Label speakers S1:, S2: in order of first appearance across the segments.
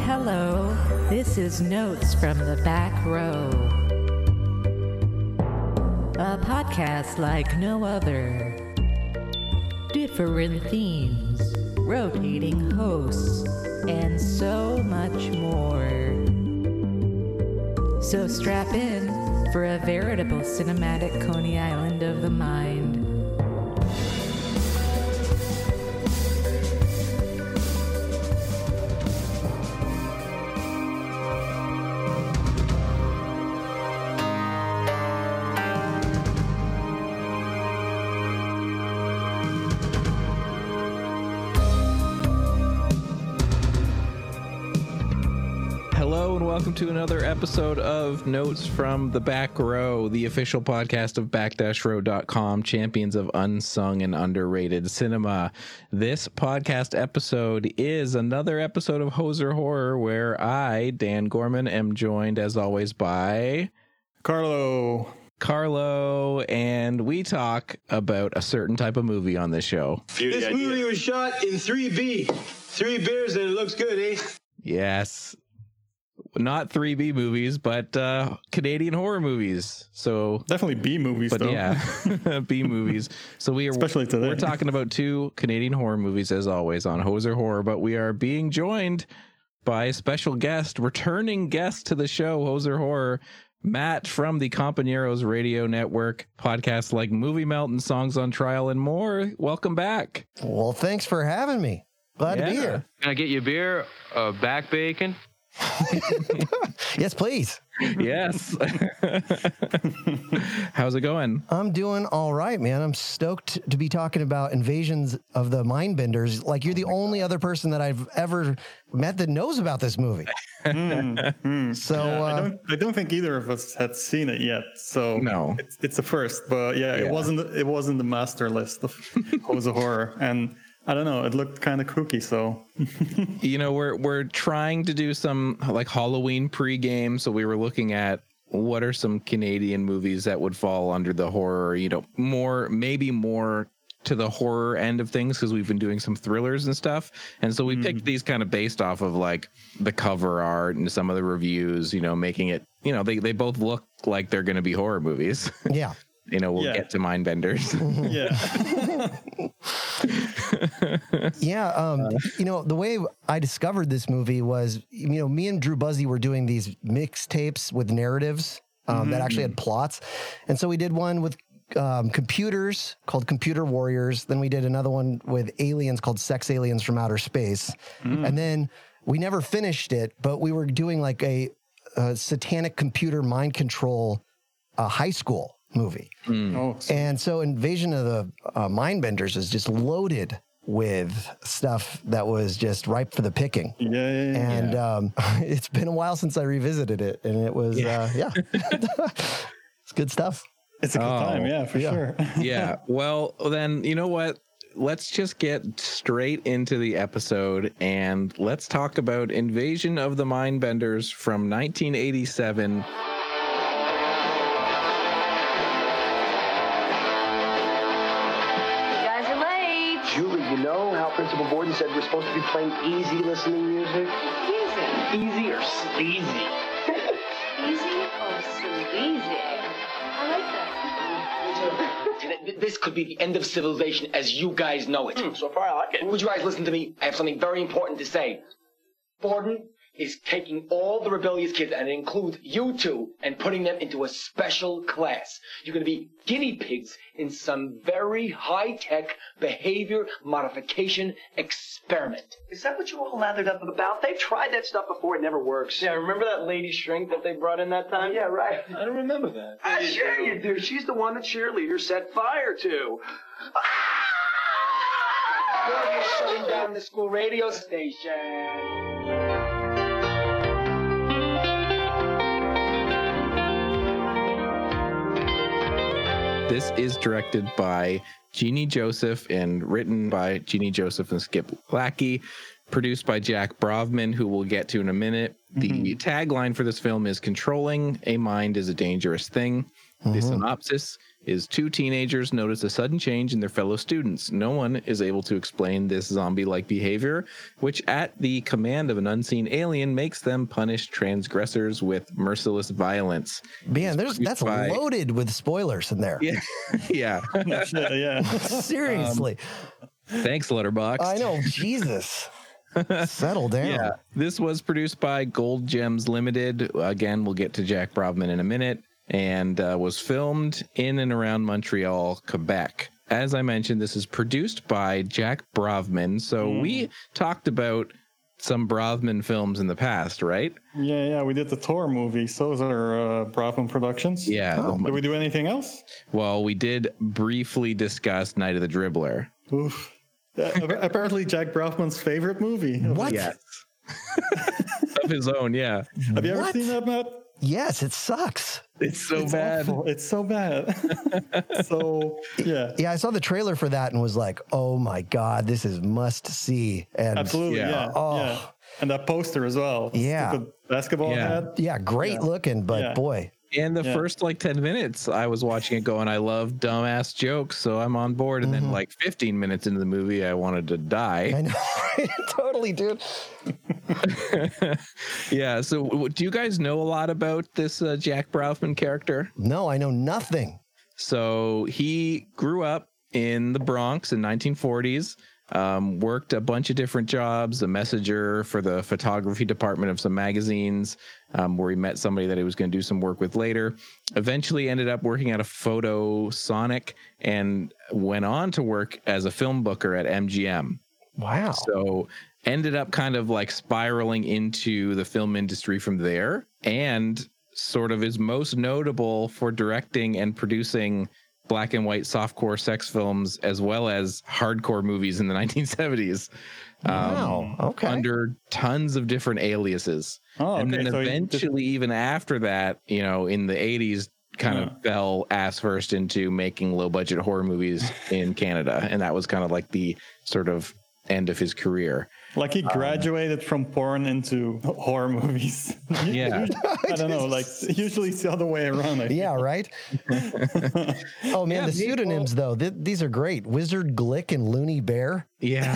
S1: Hello, this is Notes from the Back Row. A podcast like no other. Different themes, rotating hosts, and so much more. So strap in for a veritable cinematic Coney Island of the mind.
S2: Hello and welcome to another episode of Notes from the Back Row, the official podcast of back-row.com, champions of unsung and underrated cinema. This podcast episode is another episode of Hoser Horror where I, Dan Gorman, am joined as always by
S3: Carlo,
S2: Carlo and we talk about a certain type of movie on this show.
S4: This movie was shot in 3B. Three beers and it looks good, eh?
S2: Yes. Not 3B movies, but uh, Canadian horror movies. So
S3: definitely B movies
S2: but
S3: though.
S2: yeah, B movies. So we are
S3: Especially today.
S2: We're talking about two Canadian horror movies as always on Hoser Horror, but we are being joined by a special guest, returning guest to the show, Hoser Horror, Matt from the Companeros Radio Network podcast, like Movie Melt and Songs on Trial and more. Welcome back.
S5: Well, thanks for having me. Glad to be
S2: Yeah.
S5: here.
S6: Can I get you a beer, a back bacon?
S5: Yes, please.
S2: Yes. How's it going?
S5: I'm doing all right, man. I'm stoked to be talking about invasions of the mindbenders. Like you're the only other person that I've ever met that knows about this movie. So
S3: Hmm. I
S5: uh,
S3: don't. I don't think either of us had seen it yet. So
S2: No.
S3: it's, it's a first. But yeah,
S2: Yeah.
S3: it wasn't. It wasn't the master list of was a horror, and I don't know. It looked kind of kooky. So
S2: you know we're we're trying to do some like Halloween pregame, so we were looking at what are some Canadian movies that would fall under the horror, you know, more maybe more to the horror end of things because we've been doing some thrillers and stuff, and so we picked these kind of based off of like the cover art and some of the reviews, you know, making it, you know, they they both look like they're going to be horror movies.
S5: yeah,
S2: you know, we'll
S3: Yeah.
S2: get to Mindbenders.
S5: Hmm.
S3: yeah,
S5: yeah. Um, you know, the way I discovered this movie was, you know, me and Drew Buzzy were doing these mixtapes with narratives um, that actually had plots, and so we did one with. Um, computers called Computer Warriors. Then we did another one with aliens called Sex Aliens from Outer Space. And then we never finished it, but we were doing like a, a satanic computer mind control uh, high school movie.
S3: oh,
S5: And so Invasion of the uh, Mindbenders is just loaded with stuff that was just ripe for the picking.
S3: yeah, yeah, yeah.
S5: And um, it's been a while since I revisited it, and it was uh, yeah, it's good stuff.
S3: It's a good
S2: Oh,
S3: time. Yeah, for
S5: yeah.
S3: sure.
S2: yeah. Well, then you know what? Let's just get straight into the episode and let's talk about Invasion of the Mindbenders from 1987.
S7: guys are late.
S8: Julie, you know how Principal Gordon said we're supposed to be playing easy listening music? Easy. Easy or sleazy?
S7: Easy or sleazy? I like that.
S8: Th- This could be the end of civilization as you guys know it. Hmm, so far, I like it. Would you guys listen to me? I have something very important to say. Gordon is taking all the rebellious kids, and it includes you two, and putting them into a special class. You're going to be guinea pigs in some very high tech behavior modification experiment. Is that what you all lathered up about? They've tried that stuff before, it never works. Yeah, remember that lady shrink that they brought in that time? Yeah, right. I don't remember that. I sure you do. She's the one the cheerleader set fire to. You're shutting down the school radio station.
S2: This is directed by Jeannie Joseph and written by Jeannie Joseph and Skip Lackey, produced by Jack Brovman, who we'll get to in a minute. The tagline for this film is Controlling a Mind is a Dangerous Thing. The synopsis is two teenagers notice a sudden change in their fellow students. No one is able to explain this zombie like behavior, which, at the command of an unseen alien, makes them punish transgressors with merciless violence.
S5: Man, there's that's
S2: by-
S5: loaded with spoilers in there.
S2: Yeah. yeah.
S3: Yeah, yeah.
S5: Seriously.
S2: Thanks, Letterbox.
S5: I know. Jesus. Settle down.
S2: Yeah, this was produced by Gold Gems Limited. Again, we'll get to Jack Brobman in a minute, and uh, was filmed in and around Montreal, Quebec. As I mentioned, this is produced by Jack Brobman. So we talked about some Brobman films in the past, right?
S3: Yeah, yeah. We did the Thor movie. So is our uh, Brabham Productions.
S2: Yeah.
S3: Did we do anything else?
S2: Oh. Well, we did briefly discuss Night of the Dribbler.
S3: Oof. Uh, ap- apparently, Jack Brabham's favorite movie.
S5: What?
S2: of his own, yeah.
S3: Have you ever
S5: What?
S3: seen that, Matt?
S5: Yes, it sucks.
S2: It's so
S3: It's
S2: bad.
S3: awful. It's so bad. so yeah,
S5: Yeah, I saw the trailer for that and was like, "Oh my god, this is must see." And
S3: absolutely.
S2: Yeah.
S3: Yeah, yeah.
S5: Oh.
S3: And that poster as well.
S5: Yeah.
S3: Stupid basketball
S2: Yeah.
S3: hat.
S5: yeah, great
S3: Yeah.
S5: looking, but
S3: Yeah.
S5: boy,
S2: And the
S3: Yeah.
S2: first like 10 minutes, I was watching it going, I love dumbass jokes, so I'm on board. And then like 15 minutes into the movie, I wanted to die.
S5: I know. totally, dude.
S2: Yeah. So w- do you guys know a lot about this uh, Jack Brofman character?
S5: No, I know nothing.
S2: So he grew up in the Bronx in 1940s. Um, worked a bunch of different jobs, a messenger for the photography department of some magazines, um, where he met somebody that he was going to do some work with later. Eventually, ended up working at a photo Sonic and went on to work as a film booker at MGM.
S5: Wow.
S2: So ended up kind of like spiraling into the film industry from there and sort of is most notable for directing and producing black and white softcore sex films as well as hardcore movies in the 1970s
S5: wow. Okay.
S2: under tons of different aliases.
S3: Oh,
S2: and
S3: okay,
S2: then
S3: so he just-
S2: eventually even after that, you know, in the 80s kind of fell ass first into making low budget horror movies in Canada and that was kind of like the sort of end of his career.
S3: Like
S2: um,
S3: he graduated from porn into horror movies.
S2: Yeah.
S3: I don't know. Like usually it's the other way around. I think.
S5: yeah, right. oh man,
S2: Yeah,
S5: the
S2: people-
S5: pseudonyms though. th- these are great. Wizard Glick and Loony Bear.
S2: Yeah.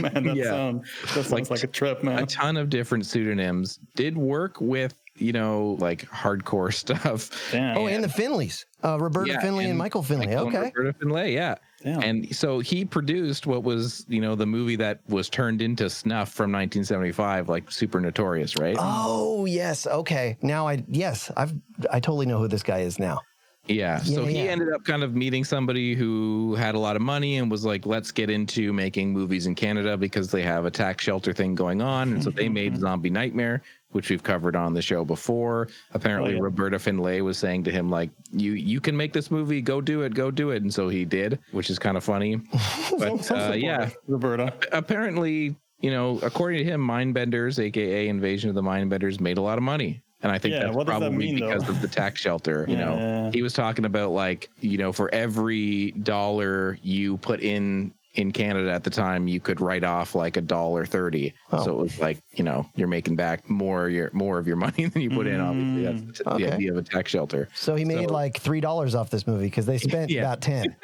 S3: man, that
S2: Yeah.
S3: sounds that sounds like, a trip,
S2: a
S3: man.
S2: ton of different pseudonyms. Did work with, you know, like hardcore stuff.
S3: Damn.
S5: Oh, and the Finleys. Uh, Roberta
S2: Yeah,
S5: Finley and, Michael Finley.
S2: and
S5: okay.
S2: Roberta Finlay, yeah.
S3: Damn.
S2: And so he produced what was, you know, the movie that was turned into Snuff from 1975, like super notorious, right?
S5: Oh yes, okay. Now I yes, I've I totally know who this guy is now.
S2: Yeah. So
S5: Yeah,
S2: he
S5: yeah.
S2: ended up kind of meeting somebody who had a lot of money and was like, let's get into making movies in Canada because they have a tax shelter thing going on. And so they made Zombie Nightmare, which we've covered on the show before. Apparently
S3: Oh, yeah.
S2: Roberta Finlay was saying to him, like, you you can make this movie, go do it, go do it. And so he did, which is kind of funny.
S3: Some-
S2: But
S3: some
S2: uh,
S3: support,
S2: yeah,
S3: Roberta.
S2: apparently, you know, according to him, Mindbenders, aka Invasion of the Mindbenders, made a lot of money. And I think
S3: Yeah,
S2: that's
S3: what does that
S2: probably
S3: mean, though?
S2: because of the tax shelter. You know,
S3: Yeah.
S2: he was talking about like, you know, for every dollar you put in in Canada at the time, you could write off like a dollar thirty. So it was like, you know, you're making back more your more of your money than you put in. Obviously, that's the,
S5: Okay.
S2: the idea of a tax shelter.
S5: So he made
S2: So-
S5: like three dollars off this movie because they spent
S2: Yeah.
S5: about ten.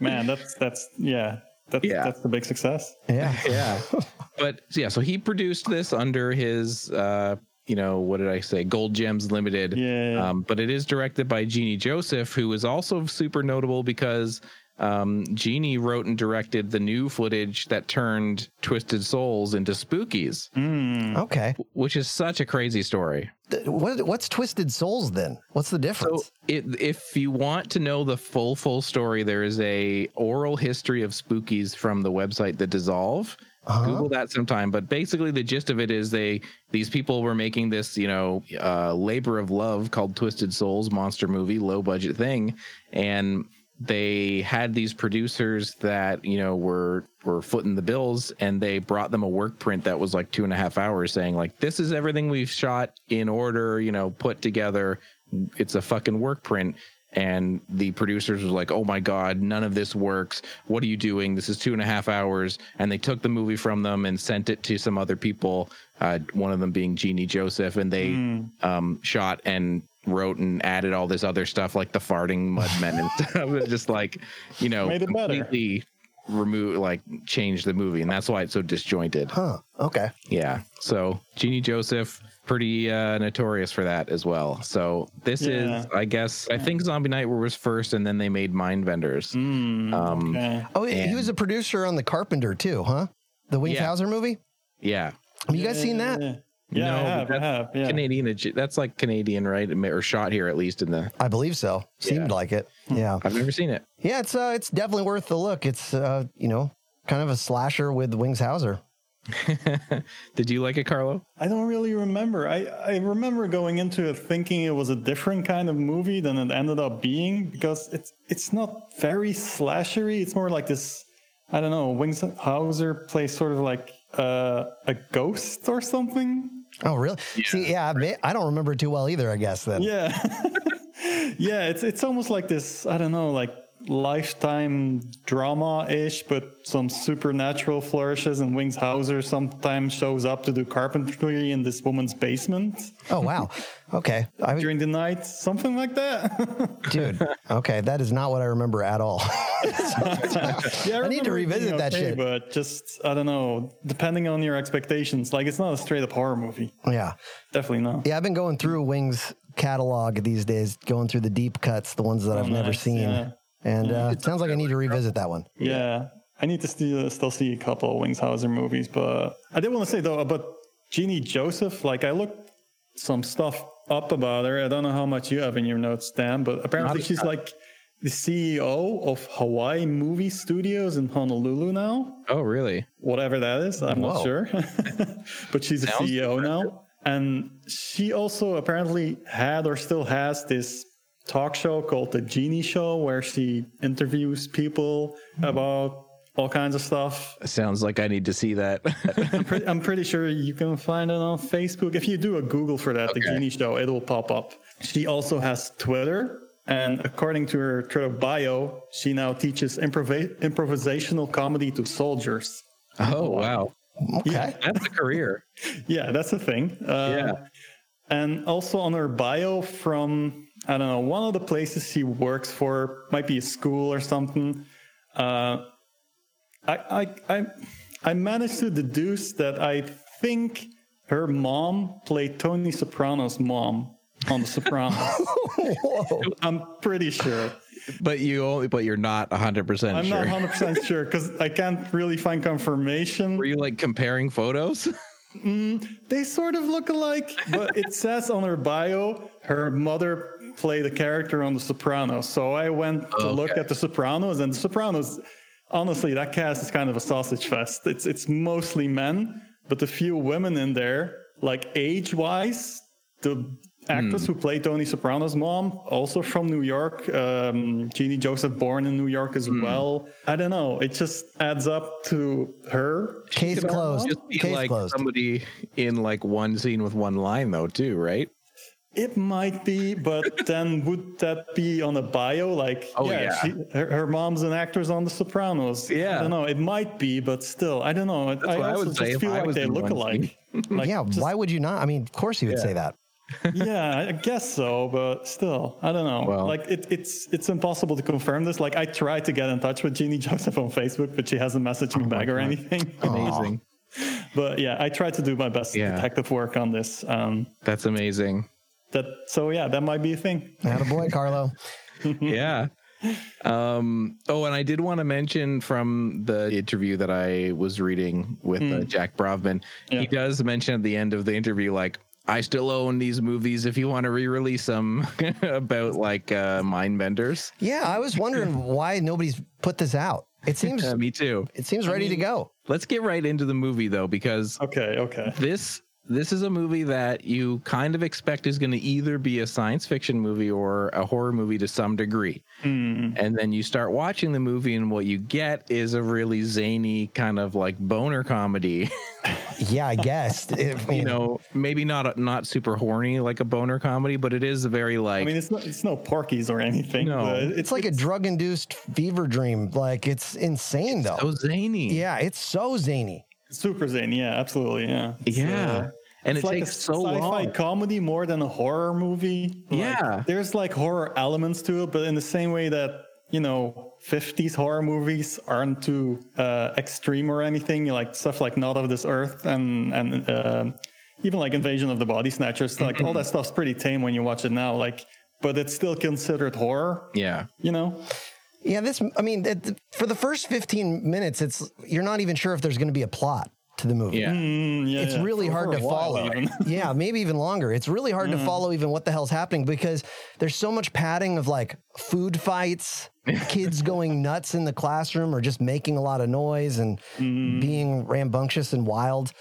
S3: Man, that's that's yeah. That's
S2: Yeah.
S3: that's the big success.
S5: Yeah.
S2: yeah but yeah so he produced this under his uh you know what did i say gold gems limited
S3: Yeah.
S2: um but it is directed by jeannie joseph who is also super notable because um jeannie wrote and directed the new footage that turned twisted souls into spookies Mm-hmm.
S5: Okay.
S2: which is such a crazy story
S5: Th- What what's Twisted Souls then? What's the
S2: so
S5: difference?
S2: it, if you want to know the full full story there is a oral history of spookies from the website the dissolve google that sometime but basically the gist of it is they these people were making this you know uh, labor of love called twisted souls monster movie low budget thing and they had these producers that you know were were footing the bills and they brought them a work print that was like two and a half hours saying like this is everything we've shot in order you know put together it's a fucking work print and the producers was like oh my god none of this works what are you doing this is two and a half hours and they took the movie from them and sent it to some other people uh, one of them being jeannie joseph and they um, shot and wrote and added all this other stuff like the farting mud men and stuff and just like you know
S3: Made it better.
S2: completely remove like change the movie and that's why it's so disjointed
S5: Huh. Okay.
S2: yeah so jeannie joseph pretty uh notorious for that as well so this
S3: Yeah.
S2: is i guess i think zombie night was first and then they made mind vendors
S3: Mm,
S2: um
S3: okay.
S5: Oh, he- he
S2: And-
S5: was a producer on The Carpenter too, huh? The Wings
S2: Yeah.
S5: Hauser movie.
S2: yeah
S5: Have you guys seen that?
S3: Yeah, yeah,
S2: No,
S3: I
S2: but
S3: have. I
S2: that's
S3: have. Yeah.
S2: Canadian. adj- That's like Canadian, right? Or shot here at least in the.
S5: I believe so. Seemed
S2: Yeah.
S5: like it.
S3: Hmm.
S5: Yeah.
S2: I've never seen it.
S5: Yeah. It's uh, it's definitely worth the look. It's uh, you know, kind of a slasher with Wings Hauser.
S2: Did you like it, Carlo?
S3: I don't really remember. I, I remember going into it thinking it was a different kind of movie than it ended up being because it's it's not very slashery. It's more like this. I don't know. Wings Hauser plays sort of like uh, a ghost or something.
S5: Oh, really? See, yeah, I may- I don't remember it too well either. I guess then.
S3: Yeah, yeah. It's it's almost like this. I don't know, like lifetime drama ish, but some supernatural flourishes. And Wings Hauser sometimes shows up to do carpentry in this woman's basement.
S5: Oh, wow. Okay. I
S3: during the night, something like that.
S5: dude. Okay, that is not what I remember at all.
S3: yeah,
S5: I need
S3: remember it being
S5: to revisit that shit.
S3: But just I don't know, depending on your expectations, like it's not a straight up horror movie.
S5: yeah.
S3: Definitely not.
S5: Yeah, I've been going through Wings catalog these days, going through the deep cuts, the ones that I've never
S3: Oh, nice,
S5: seen.
S3: yeah.
S5: And uh, it sounds like I need to revisit that one.
S3: Yeah. I need to still, still see a couple of Wings Hauser movies, but I did want to say though about Jeannie Joseph. Like I looked some stuff up about her. I don't know how much you have in your notes, Dan, but apparently she's like the CEO of Hawaii Movie Studios in Honolulu now.
S2: Oh, really?
S3: whatever that is. I'm
S5: Whoa.
S3: not sure. but she's a
S2: Sounds
S3: CEO now. And she also apparently had or still has this talk show called The Genie Show, where she interviews people
S2: Hmm.
S3: about all kinds of stuff.
S2: Sounds like I need to see that.
S3: I'm, pre- I'm pretty sure you can find it on Facebook. If you do a Google for that, The
S2: Okay.
S3: Genie Show, it will pop up. She also has Twitter. And according to her Twitter bio, she now teaches improv- improvisational comedy to soldiers.
S2: oh, wow.
S5: Okay.
S2: That's a career.
S3: Yeah, that's a thing. Uh, And also on her bio from, I don't know, one of the places she works for, might be a school or something. Uh, I, I, I, I managed to deduce that I think her mom played Tony Soprano's mom on The Sopranos. I'm pretty sure.
S2: But you only, but you're not 100 percent
S3: I'm
S2: sure.
S3: not 100% sure because I can't really find confirmation.
S2: Were you like comparing photos?
S3: They sort of look alike, but it says on her bio her mother played a character on The Sopranos. So I went to look
S2: Okay.
S3: at The Sopranos, and The Sopranos, honestly, that cast is kind of a sausage fest. It's it's mostly men, but the few women in there, like age wise, the actress who played Tony Soprano's mom, also from New York, um, Jeannie Joseph, born in New York as well. I don't know. It just adds up to her
S5: Case closed.
S2: Just be
S5: Case
S2: like
S5: closed.
S2: somebody in like one scene with one line though, too, right?
S3: It might be, but then would that be on a bio? Like,
S2: Oh, yeah.
S3: She, her, her mom's an actress on The Sopranos.
S2: Yeah.
S3: I don't know. It might be, but still, I don't know. I- I,
S2: what I
S3: also
S2: would
S3: just
S2: say if
S3: feel
S2: I
S3: like
S2: was
S3: they
S2: in
S3: look
S2: one
S3: alike. Like,
S5: yeah.
S3: just-
S5: why would you not? I mean, of course you would say that.
S3: yeah, I guess so, but still, I don't know.
S2: Well-
S3: like, it, it's it's impossible to confirm this. Like, I tried to get in touch with Jeannie Joseph on Facebook, but she hasn't messaged me back or anything.
S2: Oh Amazing.
S3: but yeah, I tried to do my best
S2: Yeah.
S3: detective work on this. Um,
S2: That's amazing.
S3: that so yeah, that might be a thing.
S5: Attaboy, Carlo.
S2: yeah. Um, oh, and I did want to mention from the interview that I was reading with uh, Jack Brovman,
S3: Yeah.
S2: he does mention at the end of the interview, like, I still own these movies if you want to re release them about like uh, mind benders.
S5: Yeah, I was wondering why nobody's put this out. It seems
S2: Yeah, me too.
S5: it seems ready to go.
S2: Let's get right into the movie though, because
S3: Okay, okay.
S2: this this is a movie that you kind of expect is going to either be a science fiction movie or a horror movie to some degree.
S3: Mm-hmm.
S2: And then you start watching the movie and what you get is a really zany kind of like boner comedy,
S5: Yeah, I guess. If,
S2: you know, maybe not not super horny like a boner comedy, but it is very like
S3: I mean, it's not it's no porkies or anything.
S2: No.
S3: but
S5: it's like a drug induced fever dream. Like it's insane though.
S2: so zany.
S5: yeah, it's so zany.
S3: super zany. Yeah, absolutely. Yeah. It's,
S2: Yeah.
S3: uh,
S2: and
S3: it's
S2: it
S3: like
S2: takes
S3: a
S2: so
S3: sci-fi
S2: long.
S3: comedy more than a horror movie. Like,
S2: Yeah.
S3: there's like horror elements to it, but in the same way that you know, 50s horror movies aren't too uh, extreme or anything. Like stuff like Not of This Earth and and uh, even like Invasion of the Body Snatchers. Like all that stuff's pretty tame when you watch it now. Like, but it's still considered horror.
S2: Yeah,
S3: You know,
S5: Yeah, this. I mean, it, for the first fifteen minutes, it's you're not even sure if there's going to be a plot to the movie.
S2: yeah.
S3: Mm, yeah,
S5: It's
S3: yeah.
S5: really
S3: For-
S5: hard
S3: for
S5: to
S3: a while
S5: follow.
S3: even. Mm.
S5: yeah, maybe even longer. It's really hard to follow even what the hell's happening because there's so much padding of like food fights, kids going nuts in the classroom or just making a lot of noise and
S3: Mm-hmm.
S5: being rambunctious and wild.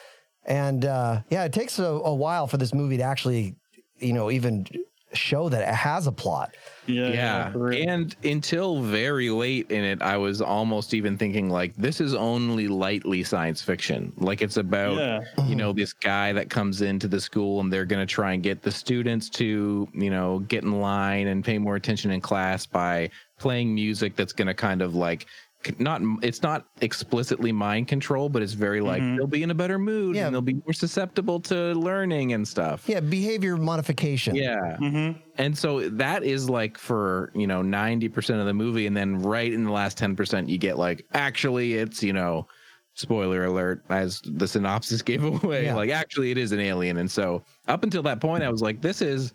S5: And uh, yeah, it takes a, a while for this movie to actually, you know, even show that it has a plot.
S3: yeah,
S2: yeah.
S3: for real.
S2: And until very late in it, I was almost even thinking like this is only lightly science fiction. Like it's about
S3: Yeah.
S2: you know this guy that comes into the school and they're going to try and get the students to you know get in line and pay more attention in class by playing music that's going to kind of like c- not it's not explicitly mind control but it's very like
S3: Mm-hmm.
S2: they'll be in a better mood
S5: Yeah.
S2: and they'll be more susceptible to learning and stuff
S5: Yeah, behavior modification.
S2: yeah. And so that is like for, you know, 90% of the movie. And then right in the last 10%, you get like, actually, it's, you know, spoiler alert, as the synopsis gave away,
S5: Yeah.
S2: like, actually, it is an alien. And so up until that point, I was like, this is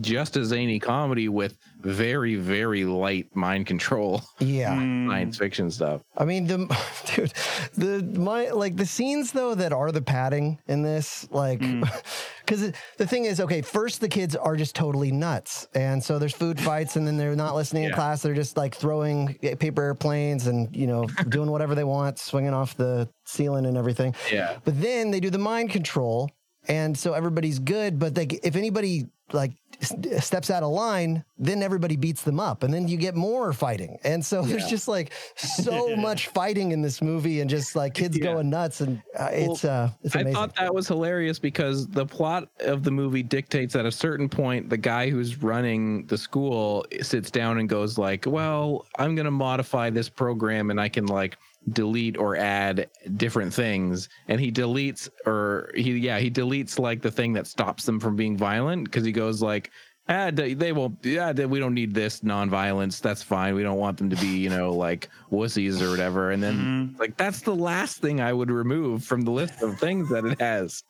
S2: just a zany comedy with very, very light mind control
S5: Yeah.
S2: science fiction stuff.
S5: I mean, the dude, the my like the scenes though that are the padding in this, like,
S2: Mm.
S5: because the thing is, okay, first the kids are just totally nuts, and so there's food fights, and then they're not listening in
S2: Yeah.
S5: class. They're just like throwing eh, paper airplanes and you know doing whatever they want, swinging off the ceiling and everything.
S2: Yeah.
S5: But then they do the mind control, and so everybody's good. But like, if anybody like s- steps out of line, then everybody beats them up, and then you get more fighting. And so there's just like so much fighting in this movie, and just like kids
S2: Yeah.
S5: going nuts, and uh, it's uh, it's
S2: I
S5: amazing.
S2: thought that was hilarious because the plot of the movie dictates at a certain point the guy who's running the school sits down and goes like, "Well, I'm going to modify this program and I can like delete or add different things." And he deletes or he yeah, he deletes like the thing that stops them from being violent cuz he goes like Ah, they they won't. Yeah, they- we don't need this nonviolence. That's fine. We don't want them to be, you know, like wussies or whatever. And then, like, that's the last thing I would remove from the list of things that it has.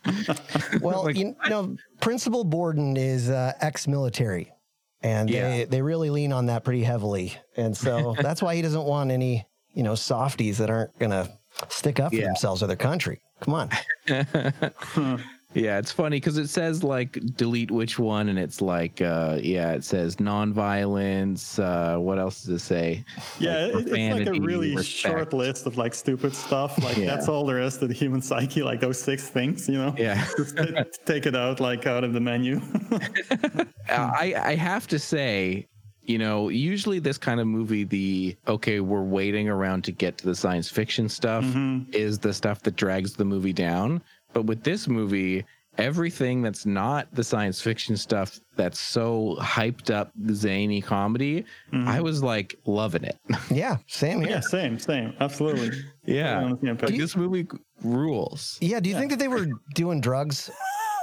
S5: well,
S2: like,
S5: you know, Principal Borden is uh, ex-military, and they
S2: Yeah.
S5: they really lean on that pretty heavily, and so that's why he doesn't want any you know softies that aren't gonna stick up for
S2: Yeah.
S5: themselves or their country. Come on.
S2: Yeah, it's funny because it says like delete which one, and it's like, uh, yeah, it says nonviolence. Uh, what else does it say?
S3: Yeah,
S2: Like
S3: it- it's like
S2: profanity,
S3: a really short
S2: respect.
S3: list of like stupid stuff. Like
S2: Yeah.
S3: that's all there is to the human psyche. Like those six things, you know.
S2: Yeah.
S3: Just t- take it out like out of the menu.
S2: Uh, I, I have to say, you know, usually this kind of movie, the okay, we're waiting around to get to the science fiction stuff is the stuff that drags the movie down. But with this movie, everything that's not the science fiction stuff that's so hyped up, zany comedy, I was like loving it.
S5: Yeah, same here.
S3: yeah, same, same, absolutely.
S2: Yeah.
S3: On the same
S2: Like
S3: page.
S2: this movie rules.
S5: Yeah, do you think that they were doing drugs?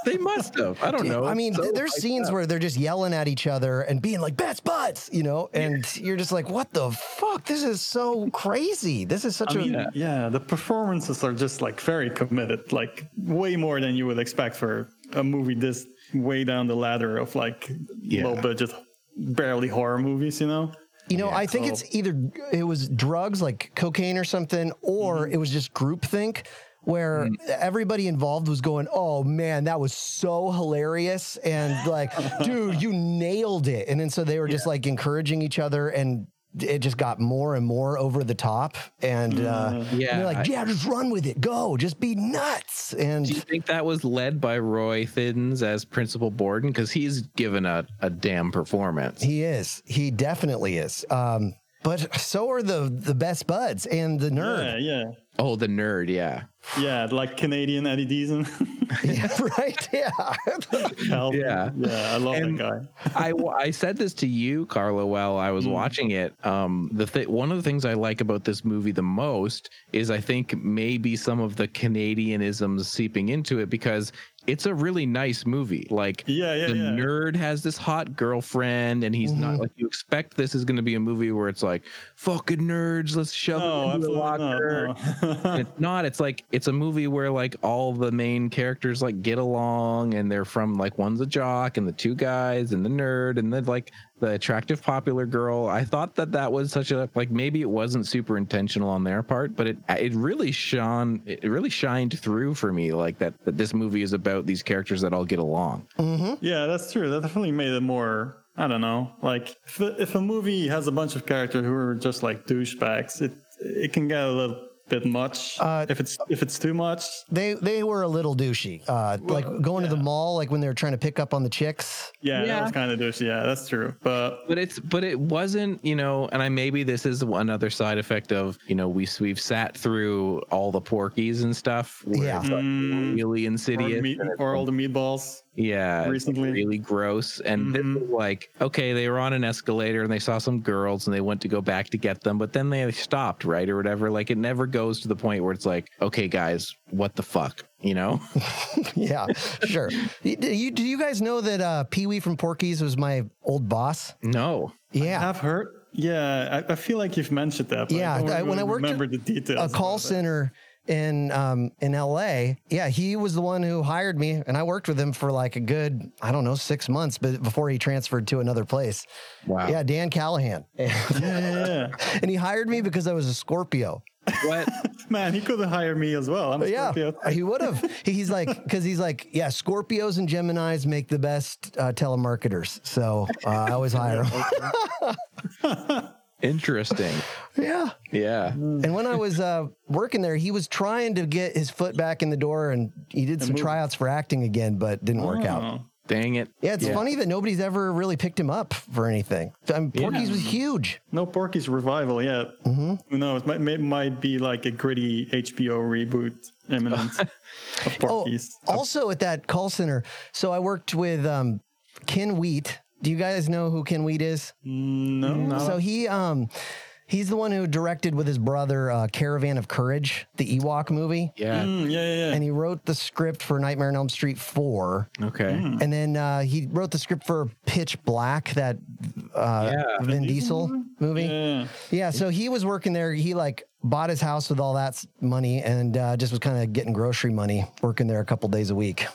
S2: They must have. I don't know.
S5: I mean,
S2: It's so
S5: there's
S2: hyped
S5: scenes
S2: up.
S5: where they're just yelling at each other and being like best buds, you know, and you're just like, what the fuck? This is so crazy. This is such
S3: I
S5: a
S3: mean, yeah, the performances are just like very committed, like way more than you would expect for a movie this way down the ladder of like low budget, barely horror movies, you know?
S5: you know, I think it's either it was drugs like cocaine or something, or it was just groupthink where everybody involved was going, Oh man, that was so hilarious. And like, dude, you nailed it. And then so they were just like encouraging each other and it just got more and more over the top. And uh,
S2: Yeah,
S5: you're
S2: I-
S5: like, yeah, just run with it. Go, just be nuts. And
S2: Do you think that was led by Roy Thiddens as Principal Borden? Because he's given a, a damn performance.
S5: He is. He definitely is. Um, but so are the the best buds and the nerd.
S3: Yeah, yeah.
S2: Oh, the nerd. Yeah.
S3: Yeah, like Canadian Eddie Deason.
S5: Yeah, right? Yeah.
S3: Hell,
S2: Yeah.
S3: yeah, I love
S2: And-
S3: that guy.
S2: I, w- I said this to you, Carlo, while I was watching it. Um, the th- one of the things I like about this movie the most is I think maybe some of the Canadianisms seeping into it because it's a really nice movie. Like
S3: Yeah, yeah,
S2: the
S3: yeah. Mm-hmm.
S2: nerd has this hot girlfriend, and he's not like you expect. This is going to be a movie where it's like fucking nerds, let's shove
S3: No,
S2: them into the
S3: absolutely not.
S2: locker.
S3: no.
S2: And it's not it's like it's a movie where like all the main characters like get along and they're from like one's a jock and the two guys and the nerd and then like the attractive popular girl i thought that that was such a like maybe it wasn't super intentional on their part but it it really shone it really shined through for me like that that this movie is about these characters that all get along
S3: Yeah, that's true. That definitely made it more. I don't know. Like, if a, if a movie has a bunch of characters who are just like douchebags, it it can get a little bit much.
S5: Uh,
S3: if it's if it's too much,
S5: They they were a little douchey. Uh, like going to the mall, like when they were trying to pick up on the chicks.
S3: yeah,
S2: Yeah.
S3: that's kind of douchey. Yeah, that's true. But
S2: but it's but it wasn't you know and i maybe this is another side effect of you know we we've sat through all the porkies and stuff where
S5: Yeah.
S2: it's, like,
S3: Mm.
S2: really
S3: or,
S2: insidious
S3: meat,
S2: and it's,
S3: or all
S2: like,
S3: the meatballs.
S2: yeah it's, like,
S3: recently.
S2: really gross and this
S3: Mhm.
S2: was like okay they were on an escalator and they saw some girls and they went to go back to get them but then they stopped right or whatever like it never goes to the point where it's like okay guys what the fuck you know
S5: yeah, sure. You, do, you, do you guys know that uh, Pee Wee from Porky's was my old boss?
S2: no
S5: Yeah.
S3: I've heard. Yeah, I, I feel like you've mentioned that. But
S5: Yeah,
S3: I don't
S5: I- when I
S3: really
S5: worked at
S3: remember the details.
S5: A call
S3: about it.
S5: center in um, in LA. Yeah, he was the one who hired me, and I worked with him for like a good I don't know six months, but before he transferred to another place.
S2: wow
S5: Yeah, Dan Callahan, and
S3: Yeah, yeah, yeah.
S5: he hired me because I was a Scorpio.
S2: what
S3: Man, he could have hired me as well. I'm
S5: Yeah,
S3: Scorpio.
S5: he would have. He's like, because he's like, yeah, Scorpios and Geminis make the best uh, telemarketers. So uh, I always hire them.
S2: interesting
S5: yeah.
S2: yeah
S5: And when I was uh, working there, he was trying to get his foot back in the door and he did some tryouts for acting again, but didn't work out.
S3: Oh.
S2: dang it
S5: Yeah, it's funny that nobody's ever really picked him up for anything. I mean, Porky's was huge.
S3: No Porky's revival yet. Who knows? Might, might might be like a gritty HBO reboot imminent of Porky's.
S5: Oh, Also at that call center, so I worked with um, Ken Wheat. Do you guys know who Ken Wheat is?
S3: no, no.
S5: So he um he's the one who directed with his brother uh, Caravan of Courage, the Ewok movie.
S2: yeah
S3: Mm, yeah, yeah, yeah.
S5: And he wrote the script for Nightmare on Elm Street 4.
S2: okay
S3: Mm.
S5: And then uh, he wrote the script for Pitch Black, that uh,
S2: Yeah.
S5: Vin Diesel movie.
S3: yeah, yeah.
S5: Yeah, so he was working there. He like bought his house with all that s- money and uh, just was kind of getting grocery money working there a couple days a week.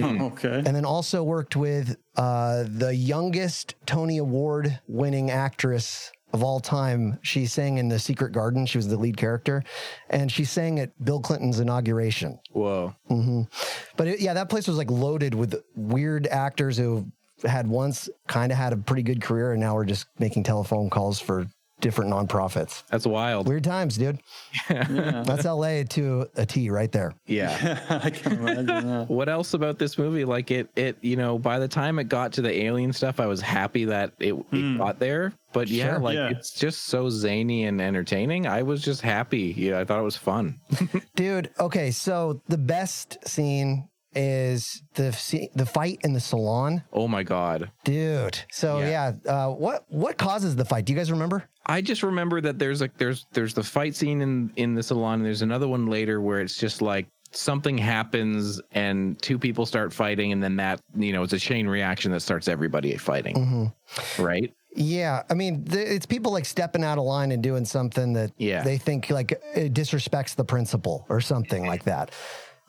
S3: Okay.
S5: And then also worked with uh, the youngest Tony Award winning actress of all time. She sang in The Secret Garden. She was the lead character. And she sang at Bill Clinton's inauguration.
S2: whoa
S5: But it, yeah, that place was like loaded with weird actors who had once kind of had a pretty good career and now we're just making telephone calls for different nonprofits.
S2: that's wild
S5: Weird times, dude. That's LA to a T right there.
S2: yeah
S3: I can imagine. Yeah.
S2: what else about this movie like it it you know by the time it got to the alien stuff i was happy that it, it got there but yeah
S5: Sure.
S2: like
S3: Yeah.
S2: it's just so zany and entertaining i was just happy yeah i thought it was fun
S5: Dude, okay, so the best scene is the sce- the fight in the salon.
S2: oh my god
S5: Dude. So yeah,
S2: Yeah.
S5: uh, what what causes the fight? Do you guys remember?
S2: i just remember that there's like there's there's the fight scene in in the salon and there's another one later where it's just like something happens and two people start fighting and then that you know it's a chain reaction that starts everybody fighting
S5: Mm-hmm.
S2: right
S5: Yeah, I mean, th- it's people like stepping out of line and doing something that
S2: Yeah.
S5: they think like it disrespects the principle or something like that.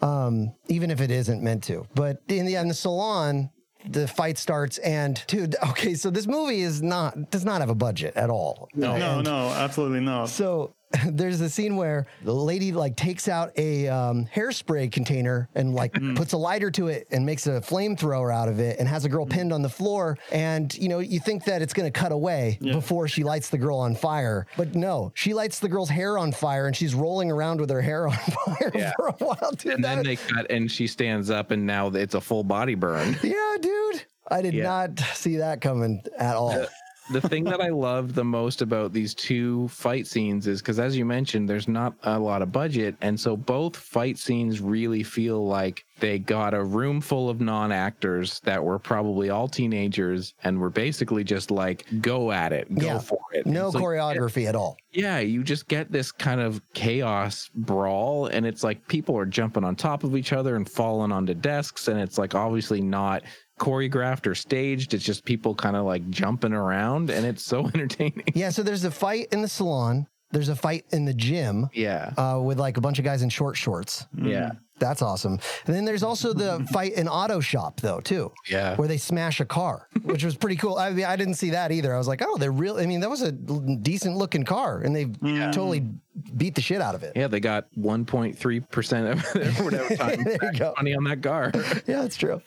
S5: Um, even if it isn't meant to. But in the in the salon, the fight starts and dude, okay, so this movie is not does not have a budget at all. No,
S3: No, no, absolutely not.
S5: So there's a scene where the lady like takes out a um, hairspray container and like
S2: Mm.
S5: puts a lighter to it and makes a flamethrower out of it and has a
S2: Mm.
S5: girl pinned on the floor. And you know, you think that it's gonna cut away before she lights the girl on fire, but no, she lights the girl's hair on fire and she's rolling around with her hair on fire
S2: Yeah.
S5: for a while. Dude,
S2: and then
S5: that-
S2: they cut and she stands up and now it's a full body burn
S5: yeah, dude, I did
S2: Yeah.
S5: not see that coming at all.
S2: the thing that I love the most about these two fight scenes is because, as you mentioned, there's not a lot of budget. And so both fight scenes really feel like they got a room full of non actors that were probably all teenagers and were basically just like, go at it, go
S5: Yeah.
S2: for it.
S5: No
S2: It's like,
S5: choreography at all.
S2: yeah, you just get this kind of chaos brawl, and it's like people are jumping on top of each other and falling onto desks, and it's like obviously not choreographed or staged. It's just people kind of like jumping around, and it's so entertaining.
S5: Yeah, so there's a fight in the salon. There's a fight in the gym
S2: Yeah,
S5: uh, with like a bunch of guys in short shorts.
S2: yeah,
S5: That's awesome. And then there's also the fight in auto shop though too,
S2: yeah.
S5: where they smash a car, which was pretty cool. I mean, I didn't see that either. I was like, oh, they're real. I mean, that was a decent looking car, and they totally beat the shit out of it.
S2: Yeah, they got 1.3% of their whatever time
S5: There you
S2: tax
S5: go.
S2: money on that car.
S5: Yeah, that's true.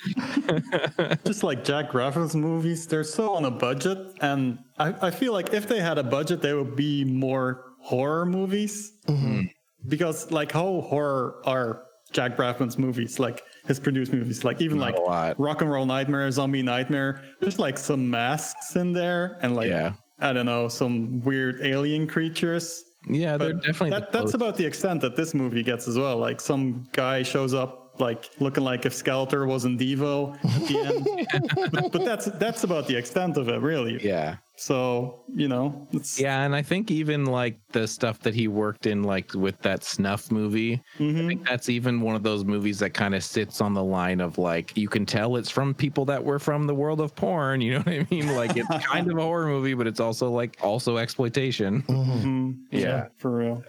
S3: just like Jack Raffer's movies, they're so on a budget, and I, I feel like if they had a budget, they would be more horror movies.
S2: Mm-hmm.
S3: Because like how horror are Jack Braffman's movies, like his produced movies, like even
S2: Not a
S3: like
S2: lot.
S3: Rock and Roll Nightmare, Zombie Nightmare. There's like some masks in there, and like
S2: Yeah.
S3: I don't know, some weird alien creatures.
S2: Yeah, they're
S3: But
S2: definitely.
S3: that, that's about the extent that this movie gets as well. Like some guy shows up like looking like if Skeletor was in Devo at the end. but, but that's that's about the extent of it, really.
S2: yeah.
S3: So you know, it's
S2: Yeah, and I think even like the stuff that he worked in, like with that snuff movie,
S5: Mm-hmm.
S2: I think that's even one of those movies that kind of sits on the line of like you can tell it's from people that were from the world of porn. You know what I mean? Like it's kind of a horror movie, but it's also like also exploitation.
S5: Mm-hmm.
S3: yeah,
S2: yeah.
S3: for real.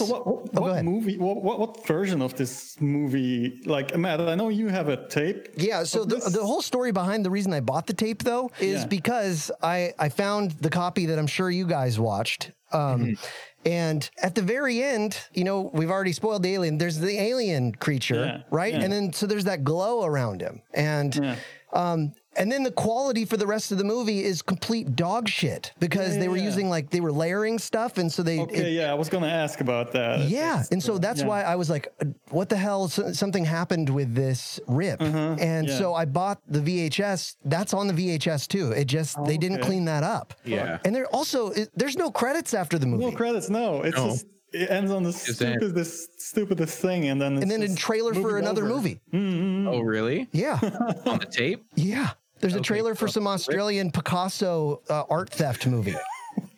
S3: So what what,
S5: Oh, go
S3: what
S5: ahead.
S3: movie? What, what what version of this movie? Like Matt, I know you have a tape.
S5: Yeah, so the, the whole story behind the reason I bought the tape though is
S3: Yeah.
S5: because I I found the copy that I'm sure you guys watched. Um
S3: Mm-hmm.
S5: And at the very end, you know, we've already spoiled the alien. There's the alien creature,
S3: Yeah,
S5: right?
S3: yeah.
S5: And then so there's that glow around him, and
S3: Yeah.
S5: um, and then the quality for the rest of the movie is complete dog shit because
S3: Yeah,
S5: they were
S3: yeah.
S5: using like they were layering stuff, and so they it-
S3: Okay, yeah, I was gonna ask about that.
S5: yeah, and so that's
S3: yeah.
S5: why I was like, uh, "What the hell? So, something happened with this rip." and
S3: Mm-hmm. yeah.
S5: so I bought the VHS. That's on the VHS too. It just they didn't
S3: Oh, okay.
S5: clean that up.
S2: Yeah.
S5: and there also it, there's no credits after the movie.
S3: No credits. No, it's
S2: No.
S3: just it ends on the
S2: Just end.
S3: stupidest, stupidest thing, and then it's
S5: and then a
S3: just
S5: trailer for
S3: movie
S5: another
S3: over.
S5: movie.
S2: Oh, really?
S5: Yeah,
S2: On the tape?
S5: yeah. There's a trailer for some Australian Picasso uh, art theft movie.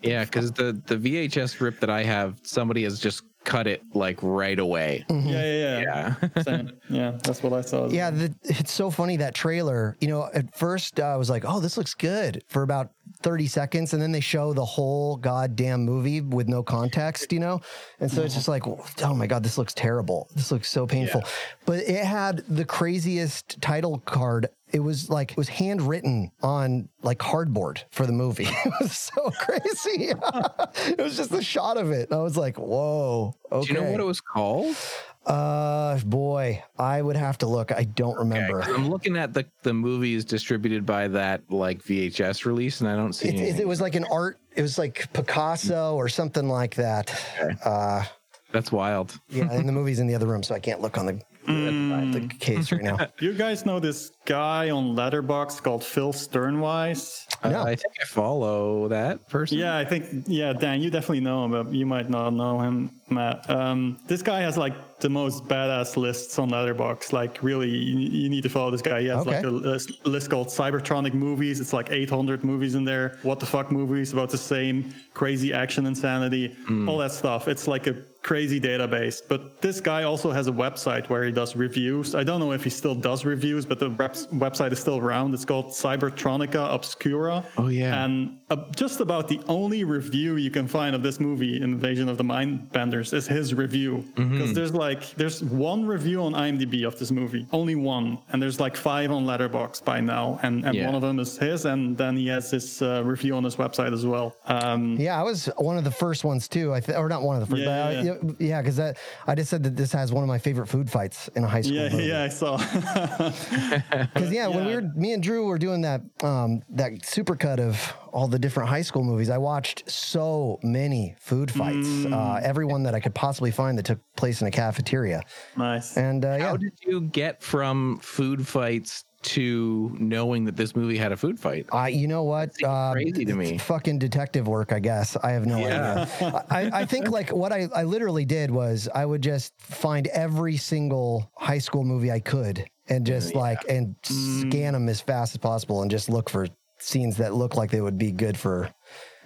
S2: Yeah, because the the VHS rip that I have, somebody has just cut it like right away.
S5: Mm-hmm.
S3: Yeah, yeah, yeah.
S2: Yeah.
S3: Same. yeah, that's what I saw.
S5: Yeah, the, it's so funny that trailer. You know, at first uh, I was like, "Oh, this looks good" for about thirty seconds, and then they show the whole goddamn movie with no context. You know, and so it's just like, "Oh my god, this looks terrible. This looks so painful." But it had the craziest title card. It was like it was handwritten on like cardboard for the movie. It was so crazy. it was just a shot of it. I was like, "Whoa, okay."
S2: Do you know what it was called?
S5: Uh, boy, I would have to look. I don't remember.
S2: Okay, 'cause I'm looking at the the movies distributed by that like VHS release, and I don't see.
S5: It, it,
S2: anything.
S5: it was like an art. It was like Picasso or something like that. Uh,
S2: That's wild.
S5: yeah, and the movie's in the other room, so I can't look on the the
S3: Mm.
S5: case right now.
S3: You guys know this guy on Letterbox called Phil Sternwise?
S5: No.
S2: Uh, I think I follow that person.
S3: Yeah, I think yeah, Dan, you definitely know him, but you might not know him, Matt. Um, this guy has like the most badass lists on Letterbox. Like, really, you, you need to follow this guy. He has like
S5: Okay.
S3: a list, list called Cybertronic movies. It's like 800 movies in there. What the fuck movies about the same crazy action insanity, all that stuff. It's like a crazy database. But this guy also has a website where he does reviews. I don't know if he still does reviews, but the reps, website is still around. It's called Cybertronica Obscura.
S2: Oh, yeah.
S3: And uh, just about the only review you can find of this movie, Invasion of the Mind Benders, is his review. Because
S2: Mm-hmm.
S3: there's like there's one review on IMDb of this movie, only one, and there's like five on Letterboxd by now, and, and
S2: Yeah.
S3: one of them is his, and then he has his uh, review on his website as well. Um,
S5: Yeah, I was one of the first ones too. I th- or not one of the first,
S3: Yeah, yeah,
S5: but I, yeah, because that I just said that this has one of my favorite food fights in a high school.
S3: yeah,
S5: movie.
S3: yeah, I saw.
S5: Because yeah, when we
S3: Yeah.
S5: were me and Drew were doing that um, that supercut of all the different high school movies, I watched so many food fights, uh,
S3: Mm.
S5: everyone that I could possibly find that took place in a cafeteria,
S3: nice.
S5: and uh, yeah,
S2: How did you get from food fights to knowing that this movie had a food fight?
S5: I, you know what? um,
S2: seems crazy to
S5: it's
S2: me.
S5: Fucking detective work, I guess. I have no
S2: Yeah.
S5: idea. I, I think like what I, I literally did was I would just find every single high school movie I could
S2: Mm,
S5: and just like and scan them as fast as possible and just look for scenes that look like they would be good for.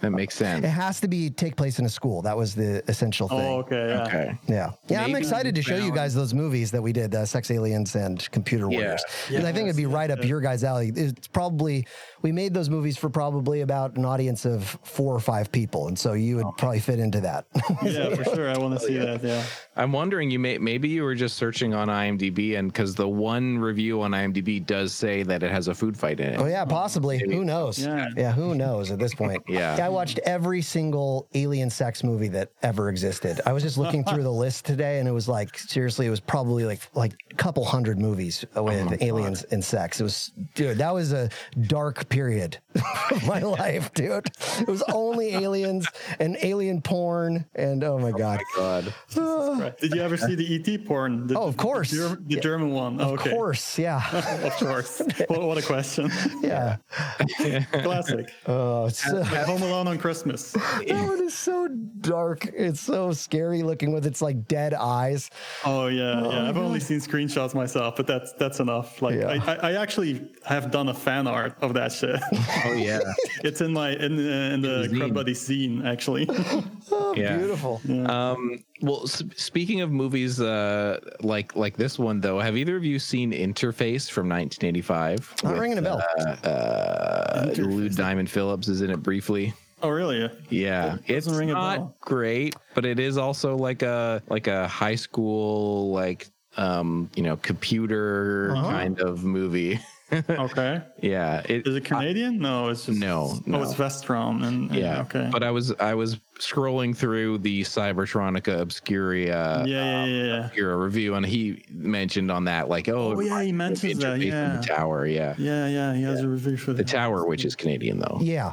S2: That makes
S5: It
S2: sense.
S5: has to be take place in a school. That was the essential thing.
S3: Oh, okay. Yeah.
S2: Okay.
S5: Yeah. Yeah, I'm
S2: Maybe
S5: excited to
S2: you
S5: show you
S2: found-
S5: guys those movies that we did, uh, Sex Aliens and Computer
S2: Yeah.
S5: Warriors. Because I think it'd be right up your guys' alley. It's probably we made those movies for probably about an audience of four or five people. And so you
S2: Oh.
S5: would probably fit into that.
S3: Yeah, for sure. I want to see that. Yeah.
S2: I'm wondering you may maybe you were just searching on IMDb and because the one review on IMDb does say that it has a food fight in it.
S5: oh yeah, possibly. Who knows?
S3: Yeah.
S5: who knows at this point?
S2: Yeah.
S5: I watched every single alien sex movie that ever existed. I was just looking through the list today and it was like seriously, it was probably like like a couple hundred movies with aliens and sex. It was dude, that was a dark period of my life, dude. It was only aliens and alien porn and oh my god.
S2: God.
S3: Right. Did you ever see the ET porn? The,
S5: Oh, of course.
S3: The, Germ- the
S5: Yeah.
S3: German one.
S5: Of
S3: okay.
S5: course, yeah.
S3: of course. What, what a question.
S5: Yeah.
S3: Classic.
S5: Oh, it's so-
S3: Like Home Alone on Christmas.
S5: that one Oh, is so dark. It's so scary looking with its like dead eyes.
S3: Oh yeah, yeah. I've only seen screenshots myself, but that's that's enough. Like
S5: Yeah.
S3: I, I, I actually have done a fan art of that shit.
S2: Oh yeah.
S3: it's in my in, the- in the
S2: Zine.
S3: Crab Buddy scene actually.
S5: Oh,
S2: Yeah.
S5: beautiful.
S2: Um, well, s- speaking of movies, uh, like like this one though, have either of you seen Interface from 1985?
S5: Not
S2: With,
S5: ringing a bell.
S2: uh, Lou Diamond Phillips is in it briefly.
S3: oh really?
S2: Yeah, it's
S3: ring a bell.
S2: not great, but it is also like a like a high school like um you know computer
S3: Uh-huh.
S2: kind of movie.
S3: Okay.
S2: yeah, it,
S3: Is it Canadian? no, it's just
S2: No,
S3: Oh, it's
S2: no.
S3: Vestron and, and-
S2: yeah.
S3: Okay.
S2: But uh, I was I was scrolling through the Cybertronica Obscuria
S3: yeah, yeah, yeah, yeah.
S2: hear a review and he mentioned on that like oh,
S3: Oh, yeah, he mentions that,
S2: interface in
S3: yeah.
S2: the tower yeah.
S3: Yeah, yeah, he has a review for
S2: the tower which is canadian though
S5: Yeah.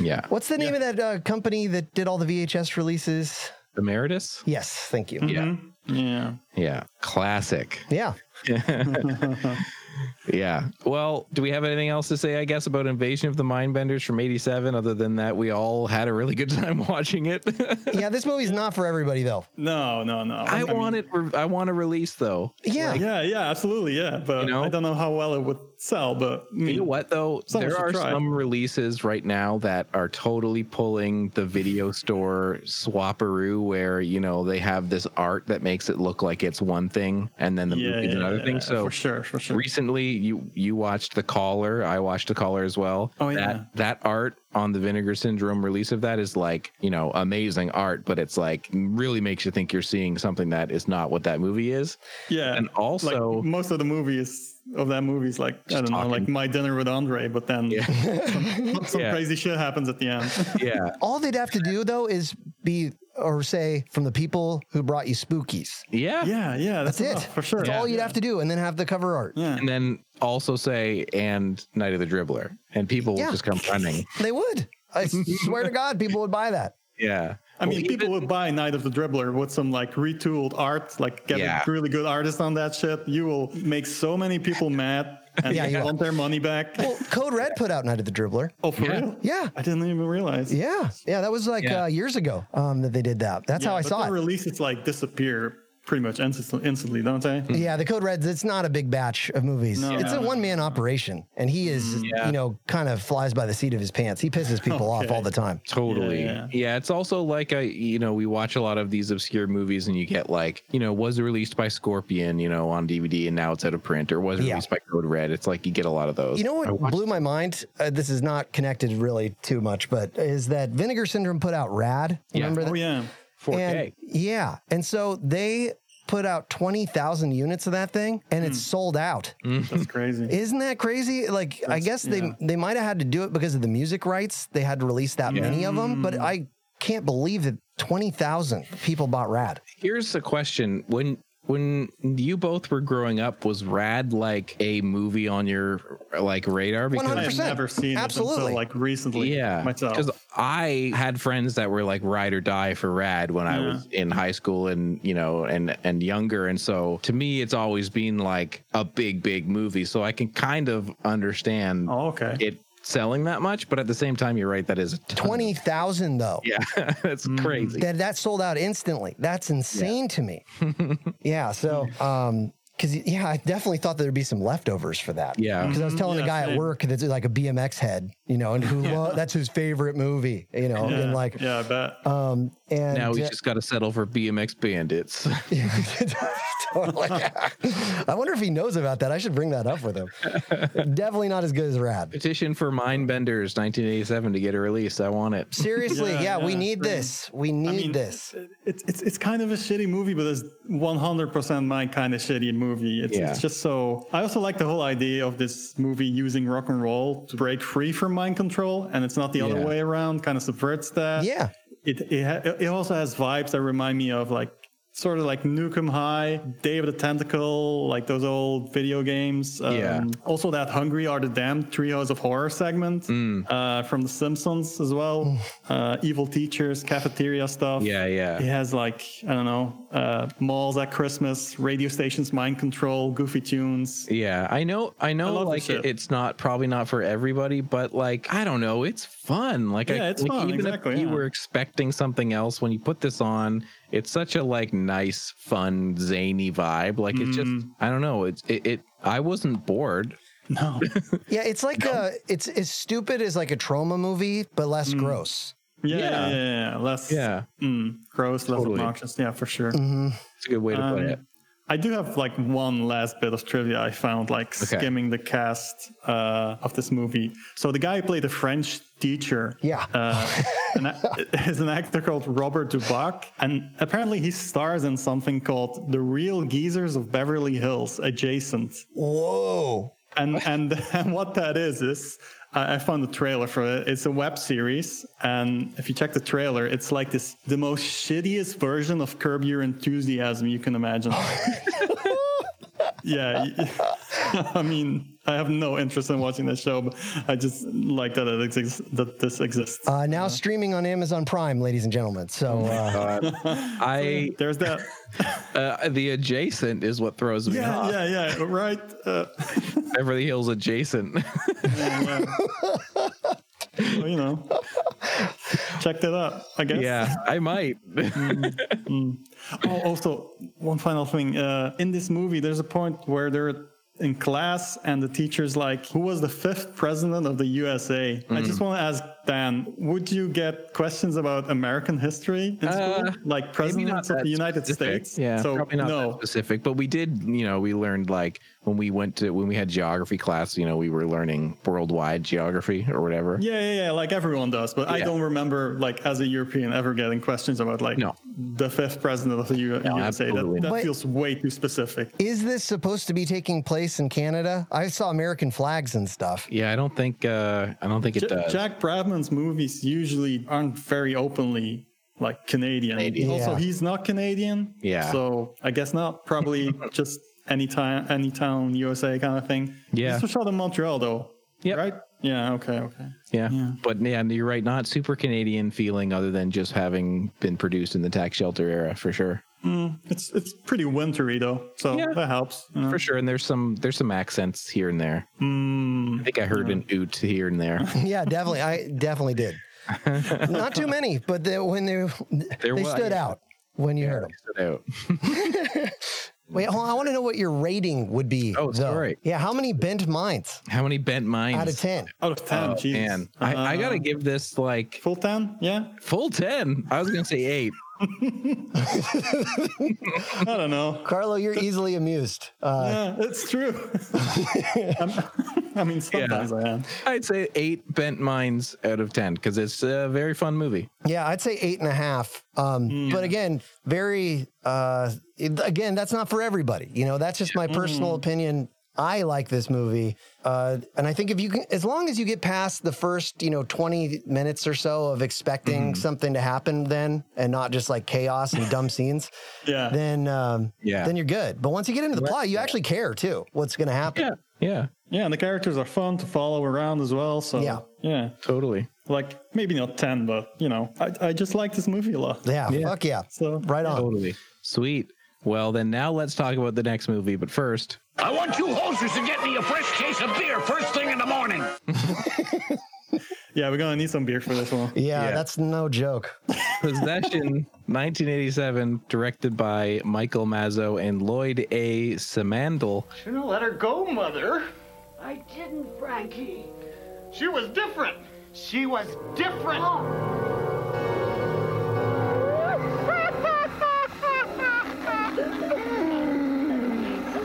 S2: yeah
S5: What's the name of that uh, company that did all the VHS releases?
S2: emeritus
S5: Yes, thank you.
S2: yeah
S3: Yeah.
S2: yeah classic
S5: Yeah.
S2: yeah well do we have anything else to say i guess about invasion of the mindbenders from 87 other than that we all had a really good time watching it
S5: Yeah, this movie's not for everybody though.
S3: No, no, no.
S2: i
S3: mean,
S2: want it re- i want a release though
S5: Yeah.
S3: Yeah, yeah, absolutely, yeah. But
S2: You know?
S3: I don't know how well it would sell. But I mean,
S2: You know what though?
S3: Someone
S2: there
S3: should
S2: are
S3: try.
S2: some releases right now that are totally pulling the video store swapperoo, where you know they have this art that makes it look like it's one thing, and then the
S3: Yeah,
S2: movie's
S3: yeah,
S2: another
S3: yeah,
S2: thing.
S3: yeah,
S2: So
S3: for sure, for sure.
S2: Recently, you you watched The Caller. I watched The Caller as well.
S3: Oh, yeah.
S2: That that art on the Vinegar Syndrome release of that is like you know amazing art, but it's like really makes you think you're seeing something that is not what that movie is.
S3: Yeah,
S2: And also-
S3: like most of the movies of that movie is like I don't know, like
S2: talking.
S3: My Dinner with Andre, but then some, some
S2: Yeah.
S3: crazy shit happens at the end.
S2: Yeah.
S5: All they'd have to do though is be or say from the people who brought you spookies.
S2: Yeah.
S3: yeah, yeah, that's,
S5: That's it.
S3: enough, Oh, for sure.
S5: That's all you'd have to do and then have the cover art.
S3: Yeah.
S2: and then also say and Night of the Dribbler, and people
S5: Yeah.
S2: will just come running.
S5: They would. I swear to God, people would buy that.
S2: Yeah,
S3: I mean,
S2: Well,
S3: people
S2: even-
S3: would buy Night of the Dribbler with some like retooled art, like get
S2: Yeah.
S3: a really good artist on that shit. You will make so many people mad and
S5: Yeah, you
S3: want their money back.
S5: Well, Code Red put out Night of the Dribbler.
S3: oh, for real?
S5: Yeah.
S3: I didn't even realize.
S5: Yeah. Yeah. That was like
S2: Yeah.
S5: uh, years ago um, that they did that. That's how I
S3: but
S5: saw
S3: their
S5: it.
S3: releases like disappear pretty much instantly, instantly don't they?
S5: Yeah, the Code Reds. It's not a big batch of movies.
S3: No,
S5: it's
S3: no,
S5: a
S3: no. Mm,
S5: one man operation, and he is,
S2: Yeah.
S5: you know, kind of flies by the seat of his pants. He pisses people off
S3: Okay.
S5: all the time.
S2: totally.
S3: Yeah, yeah.
S2: Yeah, it's also like I, you know, we watch a lot of these obscure movies, and you get like, you know, was released by Scorpion, you know, on DVD, and now it's out of print, or was
S5: Yeah.
S2: released by Code Red. It's like you get a lot of those.
S5: You know
S2: I
S5: what
S2: watched-
S5: blew my mind? Uh, this is not connected really too much, but is that Vinegar Syndrome put out Rad?
S2: Yeah.
S5: Remember
S3: Oh
S5: that?
S3: yeah.
S2: 4K.
S5: And, yeah. And so they put out 20,000 units of that thing and
S3: Mm.
S5: it's sold out.
S3: That's crazy.
S5: Isn't that crazy? Like, I guess they
S3: yeah.
S5: they might have had to do it because of the music rights. They had to release that many of them,
S3: Mm.
S5: but I can't believe that twenty thousand people bought Rad.
S2: Here's the question: When when you both were growing up, was Rad like a movie on your like radar?
S3: I have
S5: 100%.
S3: never seen it
S5: Absolutely.
S3: until like recently.
S2: yeah,
S3: myself.
S2: because I had friends that were like ride or die for Rad when I was in high school and you know and and younger, and so to me, it's always been like a big, big movie. So I can kind of understand
S3: Oh, okay.
S2: it selling that much, but at the same time, you're right. That is a ton.
S5: Twenty thousand though.
S2: Yeah, that's
S3: Mm.
S2: crazy.
S5: That that sold out instantly. That's insane to me. yeah. So, um, because yeah, I definitely thought there'd be some leftovers for that.
S2: Yeah.
S5: Because I was telling
S3: Yeah,
S5: a guy at
S3: same.
S5: work that's like a BMX head, you know, and who lo- that's his favorite movie, you know,
S3: yeah,
S5: and like,
S3: yeah, I bet.
S5: um, and
S2: now we
S5: uh,
S2: just got to settle for BMX bandits.
S5: totally. I wonder if he knows about that. I should bring that up with him. definitely not as good as Rad.
S2: Petition for Mindbenders 1987 to get a release. I want it.
S5: Seriously, yeah,
S3: Yeah,
S5: we
S3: yeah,
S5: need
S3: bring-
S5: this. We need
S3: mean,
S5: this.
S3: It's it's it's kind of a shitty movie, but it's 100% my kind of shitty movie. It's,
S2: Yeah.
S3: it's just so. I also like the whole idea of this movie using rock and roll to break free from mind control, and it's not the other
S2: Yeah.
S3: way around. Kind of subverts that.
S5: Yeah.
S3: It it ha- it also has vibes that remind me of like sort of like Nukem High, Day of the Tentacle, like those old video games. Um,
S2: Yeah.
S3: Also that Hungry Are the Damned Trios of Horror segment
S2: Mm.
S3: uh, from The Simpsons as well. uh, evil teachers, cafeteria stuff.
S2: Yeah, yeah.
S3: It has like I don't know uh, malls at Christmas, radio stations, mind control, goofy tunes.
S2: Yeah, I know. I know.
S3: love
S2: like
S3: this shit.
S2: it's not probably not for everybody, but like I don't know, it's fun. Like I,
S3: Yeah, it's
S2: like,
S3: fun,
S2: Even
S3: exactly,
S2: if you
S3: yeah.
S2: were expecting something else, when you put this on, it's such a like nice, fun, zany vibe. Like it's
S3: Mm.
S2: just I don't know. It's it. it I wasn't bored.
S3: No,
S5: Yeah, it's like uh it's as stupid as like a trauma movie, but less gross.
S3: yeah,
S2: Yeah.
S3: yeah, yeah, yeah. less
S2: Yeah,
S3: mm, gross, less
S2: Totally.
S3: obnoxious. Yeah, for sure.
S2: it's a good way to put
S3: Um,
S2: it.
S3: I do have like one last bit of trivia I found, like skimming the cast uh, of this movie. So the guy who played the French teacher,
S5: Yeah.
S3: uh, an a- is an actor called Robert Dubach, and apparently he stars in something called The Real Geezers of Beverly Hills, adjacent.
S5: Whoa.
S3: And and and what that is is. I I found the trailer for it. It's a web series, and if you check the trailer, it's like this the most shittiest version of Curb Your Enthusiasm you can imagine. yeah y- i mean i have no interest in watching that show but i just like that it exists that this exists
S5: Uh, now streaming on Amazon Prime, ladies and gentlemen. So uh,
S2: I
S3: there's that
S2: uh, the adjacent is what throws me
S3: yeah
S2: off.
S3: yeah yeah right uh,
S2: Beverly Hills adjacent.
S3: well, you know check that out i guess
S2: yeah, I might.
S3: oh, also one final thing uh, in this movie there's a point where they're in class and the teacher's like who was the fifth president of the usa i just
S2: Mm.
S3: want to ask dan would you get questions about american history in
S2: Uh,
S3: school like presidents of
S2: that
S3: the united
S2: specific.
S3: states
S2: Yeah,
S3: so
S2: probably not that
S3: no
S2: specific, but we did. You know, we learned like when we went to when we had geography class. You know, we were learning worldwide geography or whatever.
S3: yeah, yeah, yeah, like everyone does, but I
S2: Yeah.
S3: don't remember, like, as a European, ever getting questions about, like,
S2: No.
S3: the fifth president of the U- USA.
S2: absolutely not.
S3: That, that
S5: But-
S3: feels way too specific.
S5: is this supposed to be taking place in Canada? I saw American flags and stuff.
S2: Yeah, I don't think. uh I don't think it
S3: Ja-
S2: does.
S3: Jack Bradman's movies usually aren't very openly like Canadian.
S2: Canadian.
S3: Also,
S5: Yeah.
S3: he's not Canadian.
S2: Yeah.
S3: So I guess not. Probably just any town, any town, USA kind of thing.
S2: Yeah.
S3: This was shot in Montreal though.
S2: Yep.
S3: Right. Yeah. Okay. Okay.
S2: yeah.
S3: yeah.
S2: but yeah, you're right. Not super Canadian feeling, other than just having been produced in the tax shelter era for sure.
S3: It's it's pretty wintry though, so
S2: Yeah.
S3: that helps. you know.
S2: For sure, and there's some there's some accents here and there.
S3: Hmm.
S2: I think I heard an oot here and there.
S5: Yeah, definitely. I definitely did. Not too many, but the, when they
S2: There
S5: they
S2: was-
S5: stood out when you heard them.
S2: So,
S5: Wait, hold on, I want to know what your rating would be.
S2: Oh,
S5: though.
S2: sorry.
S5: Yeah, how many bent minds
S2: how many bent minds?
S5: out of ten?
S3: Out of ten.
S2: Oh,
S3: jeez.
S2: man, I, I gotta
S3: Uh,
S2: give this like
S3: full ten. Yeah.
S2: Full 10. I was going to say 8.
S3: I don't know.
S5: Carlo, you're easily amused. Uh,
S3: Yeah, it's true. I'm- I mean, sometimes I am.
S2: I'd say 8 bent minds out of 10 because it's a very fun movie.
S5: Yeah, I'd say eight and a half. Um, But again, very, uh, it- again, that's not for everybody. You know, that's just my personal opinion I like this movie, uh, and I think if you can, as long as you get past the first, you know, twenty minutes or so of expecting something to happen, then and not just like chaos and dumb scenes,
S3: Yeah.
S5: then um,
S2: Yeah.
S5: then you're good. But once you get into the plot, you actually care too what's going to happen.
S2: Yeah. Yeah.
S3: Yeah, and the characters are fun to follow around as well. So
S5: Yeah.
S3: yeah.
S2: Totally.
S3: Like maybe not ten, but you know, I, I just like this movie a lot.
S5: Yeah, fuck yeah,
S3: So
S5: right on.
S2: Totally. Sweet. Well, then now let's talk about the next movie. But first,
S9: I want you hosers to get me a fresh case of beer first thing in the morning.
S3: yeah, we're gonna need some beer for this one.
S5: Yeah,
S2: Yeah.
S5: that's no joke.
S2: Possession 1987, directed by Michael Mazzo and Lloyd A. Simandl.
S9: Shouldn't let her go, Mother.
S7: I didn't, Frankie.
S9: She was different. She was different.
S8: Oh.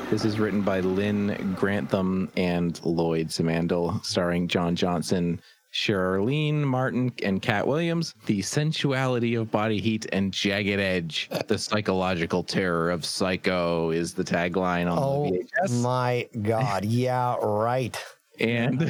S2: This is written by Lynn Grantham and Lloyd Simandl, starring John Johnson, Charlene Martin, and Cat Williams. The sensuality of body heat and jagged edge, the psychological terror of psycho, is the tagline on
S5: Oh
S2: the VHS.
S5: my god, yeah, right.
S2: And.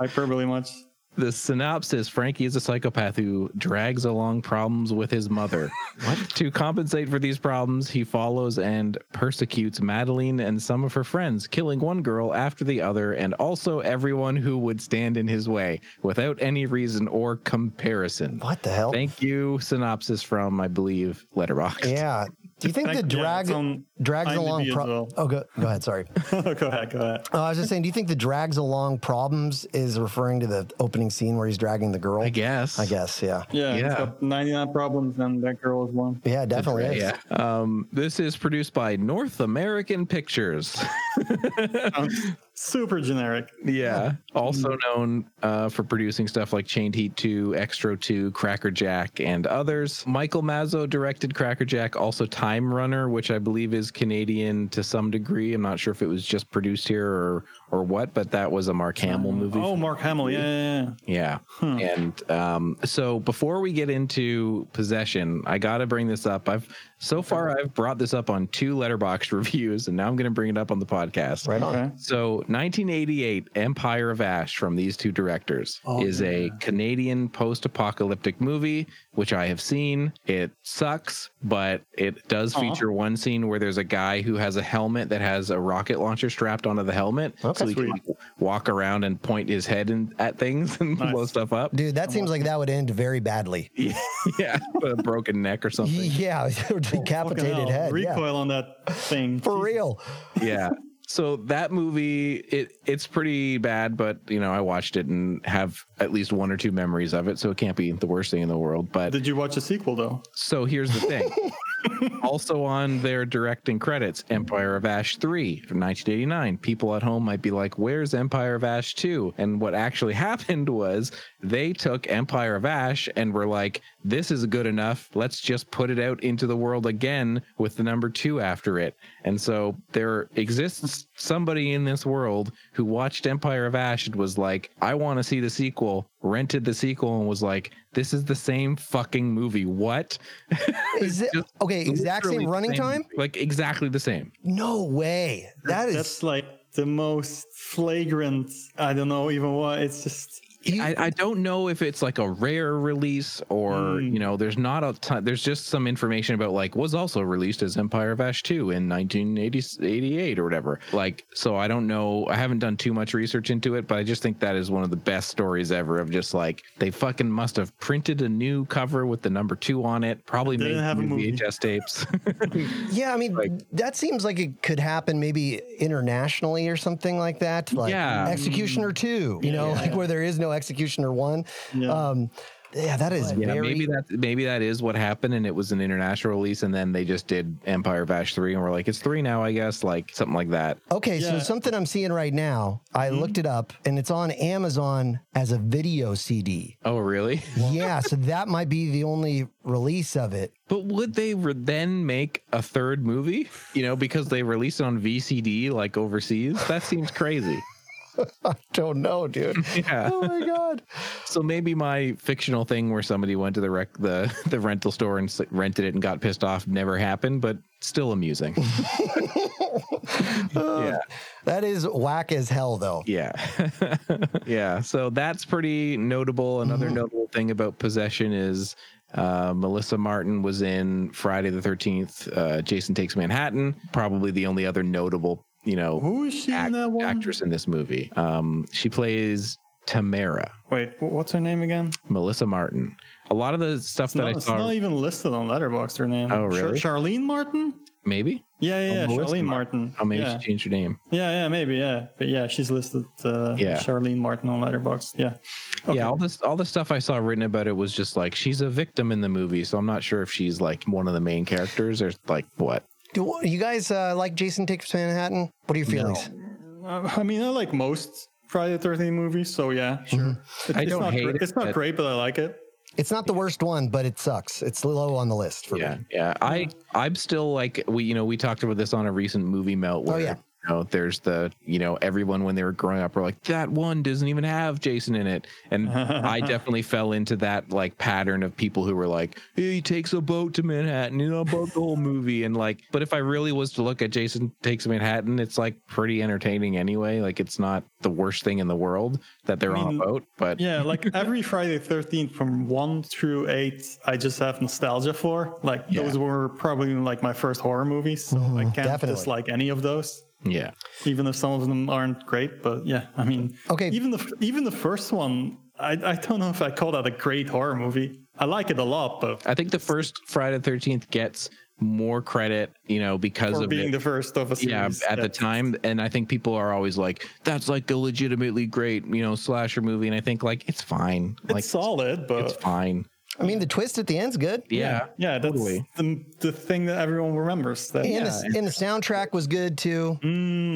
S3: Hyperbole much.
S2: The synopsis Frankie is a psychopath who drags along problems with his mother. what? To compensate for these problems, he follows and persecutes Madeline and some of her friends, killing one girl after the other and also everyone who would stand in his way without any reason or comparison.
S5: What the hell?
S2: Thank you, synopsis from, I believe, Letterboxd.
S5: yeah. Do you think the
S3: Thank- yeah,
S5: drag
S3: it's on
S5: drags
S3: IMDb
S5: along?
S3: as
S5: Pro-
S3: well.
S5: Oh, go, go ahead. Sorry.
S3: go ahead, go ahead.
S5: Oh, I was just saying. Do you think the drags along problems is referring to the opening scene where he's dragging the girl?
S2: I guess.
S5: I guess. Yeah.
S3: Yeah,
S2: Yeah.
S3: it's got 99 problems and that girl is one.
S5: Yeah, it definitely is.
S2: Yeah. Um, this is produced by North American Pictures.
S3: Sounds super generic.
S2: Yeah. Also known uh, for producing stuff like Chained Heat 2, Extro 2, Cracker Jack, and others. Michael Mazzo directed Cracker Jack, also Time Runner, which I believe is Canadian to some degree. I'm not sure if it was just produced here or or what, but that was a Mark Hamill movie.
S3: Oh, Mark Hamill. Yeah, yeah, yeah.
S2: Yeah. And um, so before we get into possession, I got to bring this up. I've so far I've brought this up on two letterbox reviews, and now I'm going to bring it up on the podcast.
S5: Right on.
S3: Okay.
S2: So 1988 Empire of Ash from these two directors is a Canadian post-apocalyptic movie which I have seen. It sucks, but it does feature one scene where there's a guy who has a helmet that has a rocket launcher strapped onto the helmet so he can
S3: sweet.
S2: like, walk around and point his head in, at things and blow stuff up.
S5: Dude, that seems like that would end very badly.
S2: yeah, with a broken neck or something.
S5: Yeah,
S3: Fucking
S5: decapitated
S3: hell,
S5: head.
S3: Recoil
S5: Yeah.
S3: on that thing.
S5: For
S3: Jesus.
S5: real.
S2: yeah. So that movie, it it's pretty bad, but you know I watched it and have at least one or two memories of it, so it can't be the worst thing in the world. But
S3: Did you watch a sequel though?
S2: so here's the thing. also on their directing credits, Empire of Ash 3 from 1989. People at home might be like, where's Empire of Ash 2? And what actually happened was they took Empire of Ash and were like, this is good enough. Let's just put it out into the world again with the number two after it. And so there exists somebody in this world who watched Empire of Ash and was like, I want to see the sequel, rented the sequel, and was like, this is the same fucking movie. What?
S5: Is it
S2: just
S5: okay? Exact
S2: Literally
S5: same
S2: the
S5: running time?
S2: Like exactly the same.
S5: No way. That is
S3: That's like the most flagrant. I don't know even what. It's just
S5: you-
S2: I, I don't know if it's like a rare release or
S5: Hmm.
S2: you know, there's not a ton. There's just some information about like was also released as Empire of Ash two in 1988 or whatever. Like so, I don't know. I haven't done too much research into it, but I just think that is one of the best stories ever. Of just like they fucking must have printed a new cover with the number two on it. Probably
S3: They
S2: made
S3: didn't have a
S2: new
S3: movie.
S2: VHS tapes.
S5: yeah. I mean, that seems like it could happen maybe internationally or something like that. Like
S2: Yeah. Mm.
S5: Executioner Two, you know, like where there is no Executioner One.
S3: Yeah.
S5: Um, yeah, that is
S2: Yeah,
S5: very.
S2: maybe that maybe that is what happened, and it was an international release, and then they just did Empire of Ash three, and we're like, it's three now, I guess, like something like that.
S5: Okay, so
S3: Yeah. Mm-hmm.
S5: something I'm seeing right now, I looked it up and it's on Amazon as a video CD.
S2: Oh, really?
S5: Yeah, so that might be the only release of it.
S2: But would they re- then make a third movie? You know, because they released it on VCD like overseas. That seems crazy.
S5: Don't know, dude.
S2: Yeah.
S5: Oh my god.
S2: So maybe my fictional thing where somebody went to the rec- the the rental store and s- rented it and got pissed off never happened, but still amusing. Yeah.
S5: That is whack as hell, though.
S2: Yeah. yeah. So that's pretty notable. Another
S3: Mm-hmm.
S2: notable thing about Possession is uh, Melissa Martin was in Friday the 13th, uh, Jason Takes Manhattan, probably the only other notable, you know,
S3: Who is she in
S2: act-
S3: that one?
S2: actress in this movie. Um, she plays Tamara,
S3: Wait, wh- what's her name again?
S2: Melissa Martin. A lot of the stuff
S3: No,
S2: that I
S3: it's
S2: saw,
S3: not even listed on Letterboxd. Her name.
S2: Oh,
S3: Char-
S2: really?
S3: Charlene Martin.
S2: maybe?
S3: Yeah, yeah, yeah.
S2: Oh, Melissa
S3: Charlene Martin.
S2: Oh, maybe
S3: yeah.
S2: she changed her name.
S3: yeah, yeah, maybe, yeah. But yeah, she's listed. Uh,
S2: Yeah.
S3: Charlene Martin on Letterboxd. Yeah. Okay.
S2: Yeah, all this all the stuff I saw written about it was just like she's a victim in the movie, so I'm not sure if she's like one of the main characters or like what.
S5: Do you guys uh, like Jason Takes Manhattan? What are your feelings?
S3: Uh, I mean, I like most Friday the Thirteenth movies, so yeah, sure. It-
S2: I
S3: it's
S2: don't
S3: not
S2: hate
S3: great.
S2: it,
S3: It's not
S2: but-
S3: great, but I like it.
S5: It's not the worst one, but it sucks. It's low on the list for
S2: yeah
S5: me.
S2: yeah i i'm still like we you know we talked about this on a recent movie melt where
S5: Oh, yeah.
S2: you know there's the you know everyone when they were growing up were like that one doesn't even have jason in it and i definitely fell into that like pattern of people who were like he takes a boat to manhattan you know about the whole movie and like but if i really was to look at jason takes manhattan it's like pretty entertaining anyway like it's not the worst thing in the world that they're on
S3: mean,
S2: a boat but
S3: Yeah, like every Friday the 13th from 1 through 8, I just have nostalgia for. Like
S2: Yeah. Mm-hmm.
S3: those were probably like my first horror movies, so I can't
S5: definitely.
S3: dislike any of those,
S2: yeah
S3: even if some of them aren't great, but yeah, I mean,
S5: Okay.
S3: even the even the first one, I, I don't know if I call that a great horror movie. I like it a lot, but
S2: I think the first Friday the 13th gets more credit, you know, because
S3: for
S2: of
S3: being
S2: it.
S3: the first of a series.
S2: yeah, at the time. And I think people are always like, that's like a legitimately great, you know, slasher movie. And I think like it's fine.
S3: It's
S2: like
S3: solid, but
S2: it's fine.
S5: I mean, the twist at the end's good.
S2: Yeah.
S3: yeah, that's
S2: totally.
S3: the, the thing that everyone remembers. That,
S5: And, the, and the soundtrack was good too. you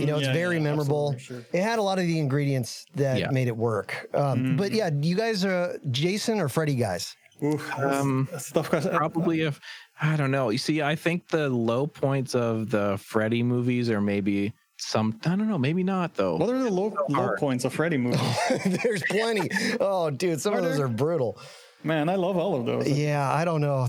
S5: know,
S3: Mm,
S5: it's
S3: yeah,
S5: very
S3: yeah,
S5: memorable.
S3: absolutely,
S5: It had a lot of the ingredients that
S2: Yeah.
S5: made it work.
S3: Mm.
S5: Um, But yeah, you guys are Jason or Freddy guys?
S3: Oof, that's-
S2: Um,
S3: that's a tough question.
S2: Probably if I don't know. You see, I think the low points of the Freddy movies are maybe some I don't know, maybe not though.
S3: What are the low, low points of Freddy movies?
S5: There's plenty. oh, dude, some of those
S3: there?
S5: are brutal.
S3: Man, I love all of those.
S5: Yeah, I don't know.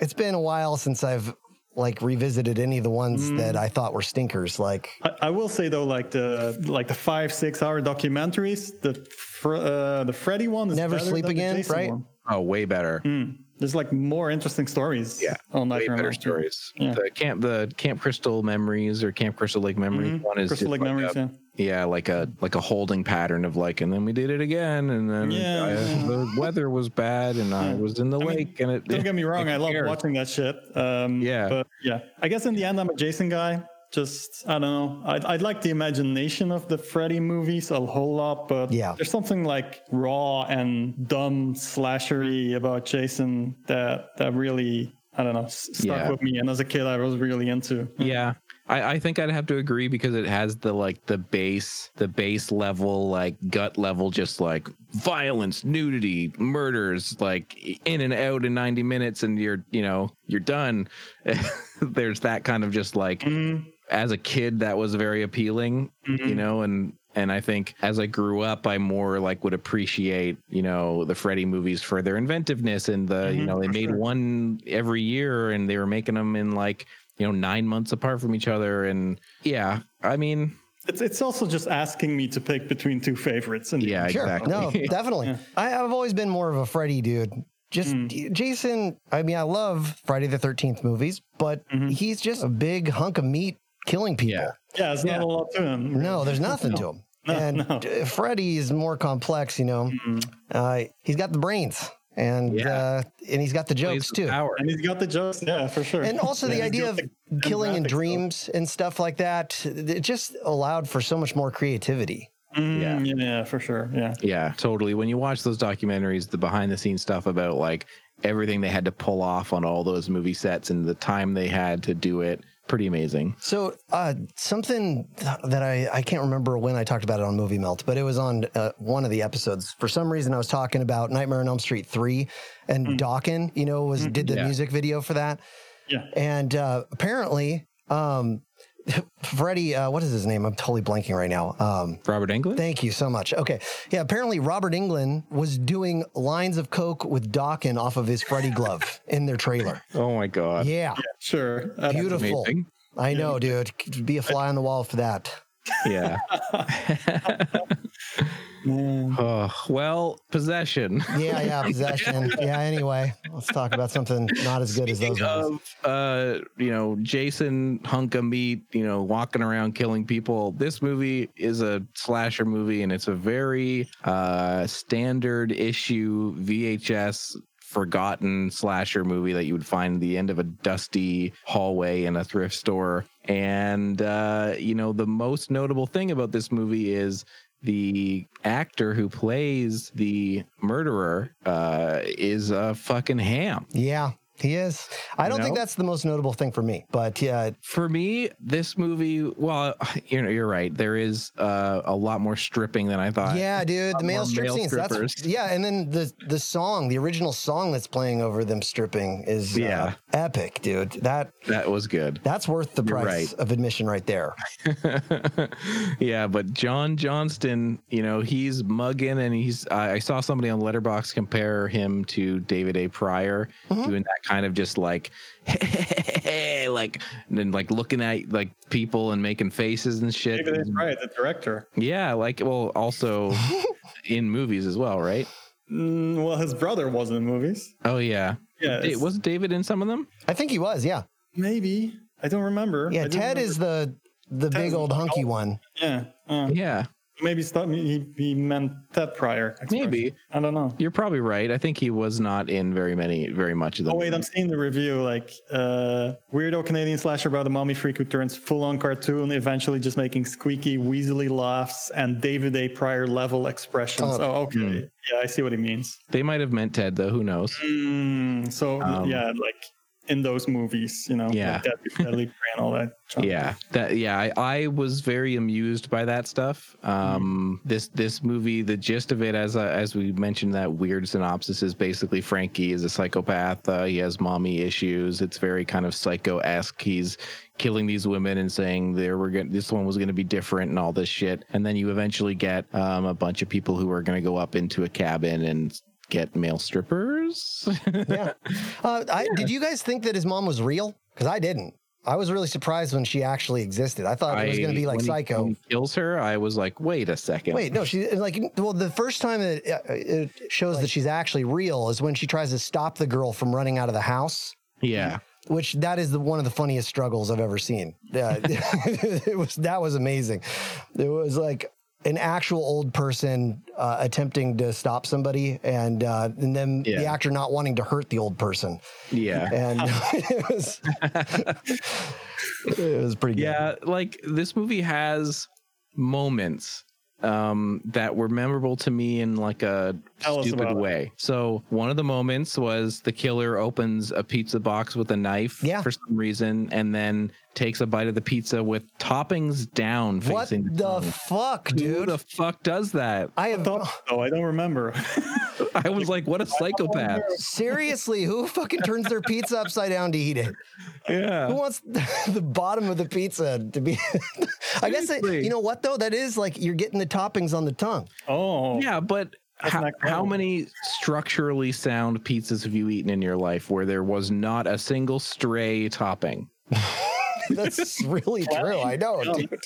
S5: It's been a while since I've like revisited any of the ones that
S3: Mm.
S5: I thought were stinkers. Like,
S3: I, I will say though, like the like the five six hour documentaries, the Fr- uh, the Freddy one is
S5: Never
S3: better
S5: Sleep
S3: than the
S5: Again,
S3: Jason
S5: right?
S3: one.
S2: oh, way better.
S3: mm, There's like more interesting stories.
S2: Yeah,
S3: on
S2: way
S3: Nightmare on
S2: better
S3: Elm Street.
S2: stories.
S3: Yeah.
S2: The camp, the Camp Crystal Memories or Camp Crystal Lake Memories one is
S3: Mm-hmm. Crystal
S2: just like
S3: Lake Memories.
S2: a-
S3: yeah.
S2: yeah, like a like a holding pattern of like, and then we did it again, and then
S3: Yeah,
S2: I-
S3: yeah.
S2: the weather was bad, and I was in the
S3: mean,
S2: lake, and it.
S3: Don't get me wrong,
S2: it
S3: I love
S2: cares.
S3: watching that shit. Um,
S2: Yeah.
S3: but yeah, I guess in the end, I'm a Jason guy. Just I don't know. I'd, I'd like the imagination of the Freddy movies a whole lot, but
S5: Yeah.
S3: there's something like raw and dumb slashery about Jason that that really I don't know s- stuck
S2: Yeah.
S3: with me. And as a kid, I was really into.
S2: Yeah, I, I think I'd have to agree because it has the like the base, the base level, like gut level, just like violence, nudity, murders, like in and out in ninety minutes, and you're you know you're done. There's that kind of just like as a kid that was very appealing
S5: Mm-hmm.
S2: you know and and i think as i grew up i more like would appreciate you know the freddy movies for their inventiveness and the
S5: Mm-hmm,
S2: you know they made one every year and they were making them in like you know nine months apart from each other and yeah i mean
S3: It's it's also just asking me to pick between two favorites. And
S2: yeah
S5: sure,
S2: exactly
S5: no, definitely. I, I've always been more of a Freddy dude. Just Jason. I mean, I love Friday the Thirteenth movies, but he's just a big hunk of meat killing people.
S2: Yeah.
S3: yeah, it's not a lot to him.
S5: No, there's nothing to him. and uh, Freddy is more complex, you know. Uh, he's got the brains, and
S2: Yeah.
S5: uh, and he's got the jokes
S2: Plays with
S5: too.
S2: power
S3: And he's got the jokes, yeah, for sure.
S5: And also the
S3: Yeah, he's
S5: idea
S3: got
S5: of
S3: the-
S5: killing in
S3: graphics, though.
S5: dreams and stuff like that, it just allowed for so much more creativity.
S3: Mm, yeah, yeah, for sure. Yeah.
S2: Yeah, totally. When you watch those documentaries, the behind the scenes stuff about like everything they had to pull off on all those movie sets and the time they had to do it, pretty amazing.
S5: So uh, something th- that I, I can't remember when I talked about it on Movie Melt, but it was on uh, one of the episodes. For some reason, I was talking about Nightmare on Elm Street three, and Dawkin, you know, was did the
S2: yeah.
S5: music video for that,
S3: Yeah.
S5: and uh, apparently, um, Freddie, uh, what is his name? I'm totally blanking right now. Um,
S2: Robert Englund?
S5: Thank you so much. Okay. Yeah, apparently Robert England was doing lines of coke with Dawkin off of his Freddy glove in their trailer.
S2: oh my god.
S5: Yeah.
S3: Sure. Uh,
S5: Beautiful.
S2: Amazing.
S5: I know, dude. Could Be a fly on the wall for that.
S2: Yeah. oh, well, possession.
S5: Yeah, yeah, possession. Yeah, anyway, let's talk about something not as good as those ones.
S2: of uh you know jason hunk of meat you know walking around killing people this movie is a slasher movie and it's a very uh standard issue vhs forgotten slasher movie that you would find at the end of a dusty hallway in a thrift store and uh you know the most notable thing about this movie is the actor who plays the murderer uh, is a fucking ham.
S5: Yeah, he is. I don't
S2: You
S5: think
S2: know?
S5: that's the most notable thing for me, but yeah,
S2: for me, this movie, well, you know, you're right. There is uh, a lot more stripping than I thought.
S5: yeah, dude,
S2: lot
S5: the male
S2: more
S5: strip
S2: male
S5: scenes. That's,
S2: strippers.
S5: yeah, and then the the song, the original song that's playing over them stripping is uh,
S2: Yeah.
S5: epic, dude. That
S2: That was good.
S5: that's worth the
S2: You're
S5: price
S2: right.
S5: of admission right there.
S2: yeah, but John Johnston, you know, he's mugging and he's. I I saw somebody on Letterbox compare him to David A. Pryor, doing that kind of just like, like, and then like looking at like people and making faces and shit.
S3: Maybe that's right. The director.
S2: Yeah, like, well, also in movies as well, right?
S3: Mm, well, his brother was in movies.
S2: Oh yeah.
S3: Yeah,
S2: Da-
S3: it's-
S2: was David in some of them?
S5: I think he was, yeah.
S3: Maybe I don't remember. I
S5: Yeah,
S3: don't
S5: Ted is
S3: remember.
S5: the the
S3: Ted's
S5: big old
S3: the
S5: hunky
S3: adult.
S5: one.
S3: Yeah. uh,
S2: Yeah,
S3: Maybe stop. He, he meant Ted Pryor. expression.
S2: Maybe.
S3: I don't know.
S2: you're probably right. I think he was not in very many, very much of them.
S3: Oh wait, I'm seeing the review. Like uh, weirdo Canadian slasher about a mommy freak who turns full-on cartoon, eventually just making squeaky, weaselly laughs and David A. Prior level expressions.
S5: Oh.
S3: Oh, okay. Yeah, I see what he means.
S2: They might have meant Ted though. Who knows?
S3: Mm, so
S2: Um,
S3: yeah, like in those movies, you know,
S2: Yeah.
S3: like Deadly, Deadly Prey and all that.
S5: Oh.
S3: junk.
S2: Yeah, that yeah. I, I was very amused by that stuff. Um,
S5: Mm-hmm.
S2: this this movie, the gist of it, as uh, as we mentioned, that weird synopsis is basically Frankie is a psychopath. Uh, he has mommy issues. It's very kind of psycho esque. He's killing these women and saying there were going this one was going to be different and all this shit. And then you eventually get um, a bunch of people who are going to go up into a cabin and get male strippers.
S5: Yeah. Uh, I, Did you guys think that his mom was real? Because I didn't. I was really surprised when she actually existed. I thought it was going to be like
S2: when he-
S5: Psycho.
S2: when he kills her. I was like, wait a second.
S5: Wait, no, she like well, the first time it, uh, it shows that she's actually real is when she tries to stop the girl from running out of the house,
S2: Yeah.
S5: which that is the one of the funniest struggles I've ever seen. Uh, it was that was amazing. It was like an actual old person uh, attempting to stop somebody, and uh, and then the
S2: Yeah.
S5: actor not wanting to hurt the old person,
S2: Yeah.
S5: and it was it was pretty good.
S2: Yeah, like this movie has moments um that were memorable to me in like a
S3: Tell us
S2: stupid
S3: about it.
S2: way. So one of the moments was the killer opens a pizza box with a knife
S5: Yeah.
S2: for some reason and then takes a bite of the pizza with toppings down
S5: What
S2: facing phone.
S5: the fuck,
S2: Who
S5: dude?
S2: the fuck does that?
S5: I
S3: I
S5: have
S3: thought so. I don't remember.
S2: I was like, what a psychopath.
S5: Seriously, who fucking turns their pizza upside down to eat it? Who
S2: Yeah.
S5: wants the bottom of the pizza to be? I guess it,
S2: Seriously.
S5: you know what though. That is like you're getting the toppings on the tongue.
S3: oh,
S2: Yeah, but
S3: That's
S2: how,
S3: not
S2: how
S3: cool.
S2: many structurally sound pizzas have you eaten in your life where there was not a single stray topping?
S5: That's really true. I know. dude.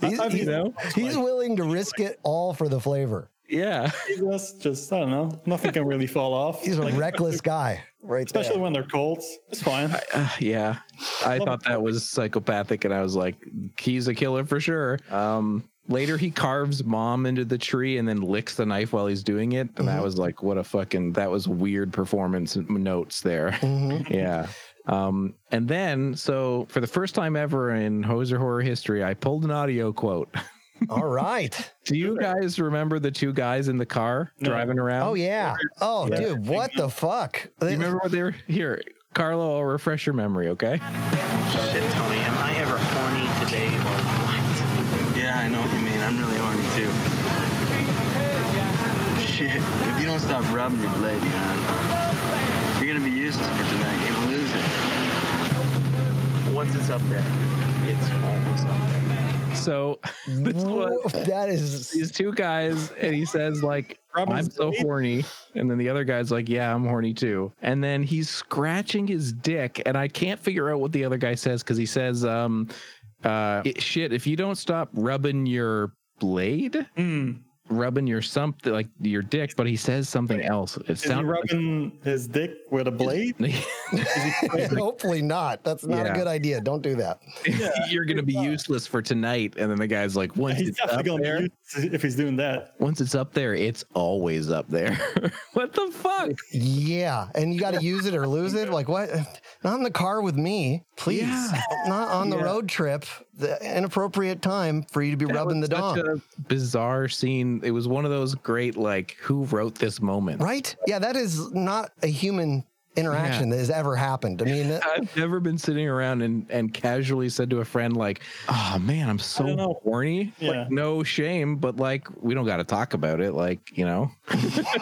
S5: He's,
S3: I mean,
S5: he's-
S2: know?
S5: he's willing to risk it all for the flavor.
S2: Yeah.
S3: he was just I don't know. Nothing can really fall off.
S5: He's a reckless guy, right?
S3: especially
S5: there.
S3: when they're cold. It's fine.
S2: Uh, yeah. I
S3: Love
S2: thought that was psychopathic and I was like, he's a killer for sure. Um later he carves mom into the tree and then licks the knife while he's doing it. And that was like what a fucking that was weird performance notes there. yeah. Um, and then, so for the first time ever in Hoser horror history, I pulled an audio quote.
S5: All right.
S2: Do you guys remember the two guys in the car
S3: No.
S2: driving around?
S5: Oh yeah. Oh
S3: Yeah.
S5: dude, what the fuck?
S2: Do you remember what they were here? Carlo, I'll refresh your memory, okay?
S10: Shit, Tony, am I ever horny today or what? Yeah, I know what you mean. I'm really horny too. Shit, if you don't stop rubbing your blade, man, you're gonna be useless for tonight. You're gonna lose it. Once it's up there, it's almost up there.
S2: So this was
S5: Whoa, that is
S2: these two guys and he says like
S3: Robin's
S2: I'm so
S3: late.
S2: horny. And then the other guy's like, yeah, I'm horny too. And then he's scratching his dick. And I can't figure out what the other guy says because he says, um, uh, "It- shit, if you don't stop rubbing your blade,
S3: Mm.
S2: rubbing your something like your dick, but he says something else. It
S3: Is he
S2: sounds
S3: rubbing his dick with a blade?
S2: like
S5: Hopefully not. That's not
S2: Yeah.
S5: a good idea. Don't do that.
S2: you're going to be useless for tonight. And then the guy's like, once
S3: He's
S2: it's up
S3: definitely going
S2: there,
S3: to use if he's doing that.
S2: once it's up there, it's always up there. what the fuck?
S5: Yeah, and you got to use it or lose it. Like what? Not in the car with me, please.
S2: Yeah.
S5: Not on the
S3: Yeah.
S5: road trip. The inappropriate time for you to be
S2: That
S5: rubbing the
S2: was
S5: dong.
S2: such a bizarre scene. It was one of those great, like, who wrote this moment?
S5: Right? Yeah, that is not a human interaction that has ever happened. I mean, that-
S2: I've never been sitting around and, and casually said to a friend like, "Oh man, I'm
S3: I don't
S2: so
S3: know.
S2: horny."
S3: Yeah.
S2: Like, no shame, but like, we don't got to talk about it. Like, you know.
S3: I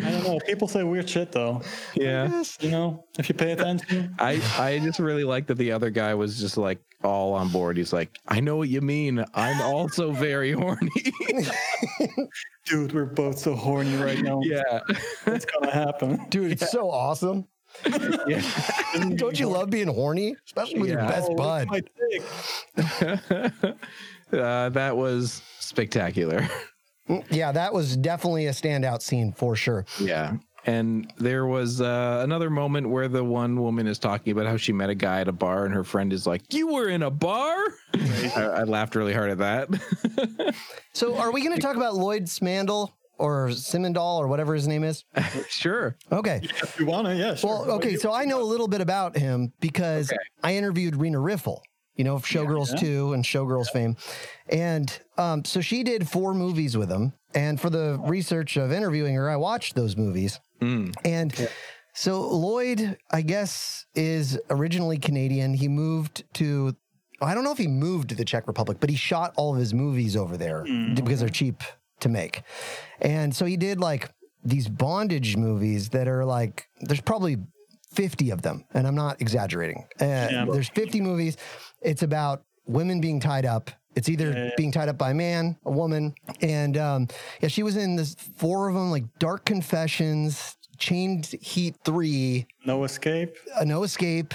S3: don't know. People say weird shit though.
S2: Yeah.
S3: You know, if you pay attention.
S2: I I just really like that the other guy was just like all on board. He's like, "I know what you mean. I'm also very horny."
S3: Dude, we're both so horny right now.
S2: yeah.
S3: It's gonna happen.
S5: dude, it's so awesome.
S2: Yeah.
S5: Don't you love being horny, especially with your
S2: Yeah.
S5: best
S3: Oh, look
S5: bud?
S3: at my dick.
S2: uh, that was spectacular.
S5: yeah, that was definitely a standout scene for sure.
S2: Yeah. And there was uh, another moment where the one woman is talking about how she met a guy at a bar, and her friend is like, "You were in a bar." I, I laughed really hard at that.
S5: So, are we going to talk about Lloyd Smandel or Simondal or whatever his name is?
S2: sure.
S5: Okay.
S3: If you wanna, yeah. Sure.
S5: Well, okay, so I know a little bit about him because I interviewed Rena Riffle, you know, of Showgirls 2 and Showgirls fame. And um, so she did four movies with him. And for the research of interviewing her, I watched those movies.
S2: Mm.
S5: And so Lloyd, I guess, is originally Canadian. He moved to, I don't know if he moved to the Czech Republic, but he shot all of his movies over there because they're cheap to make. And so he did like these bondage movies that are like, there's probably 50 of them, and I'm not exaggerating. Uh, There's 50 movies. It's about women being tied up. It's either being tied up by a man, a woman, and um, yeah, she was in this four of them, like Dark Confessions, Chained Heat Three,
S3: No escape.
S5: uh, No Escape,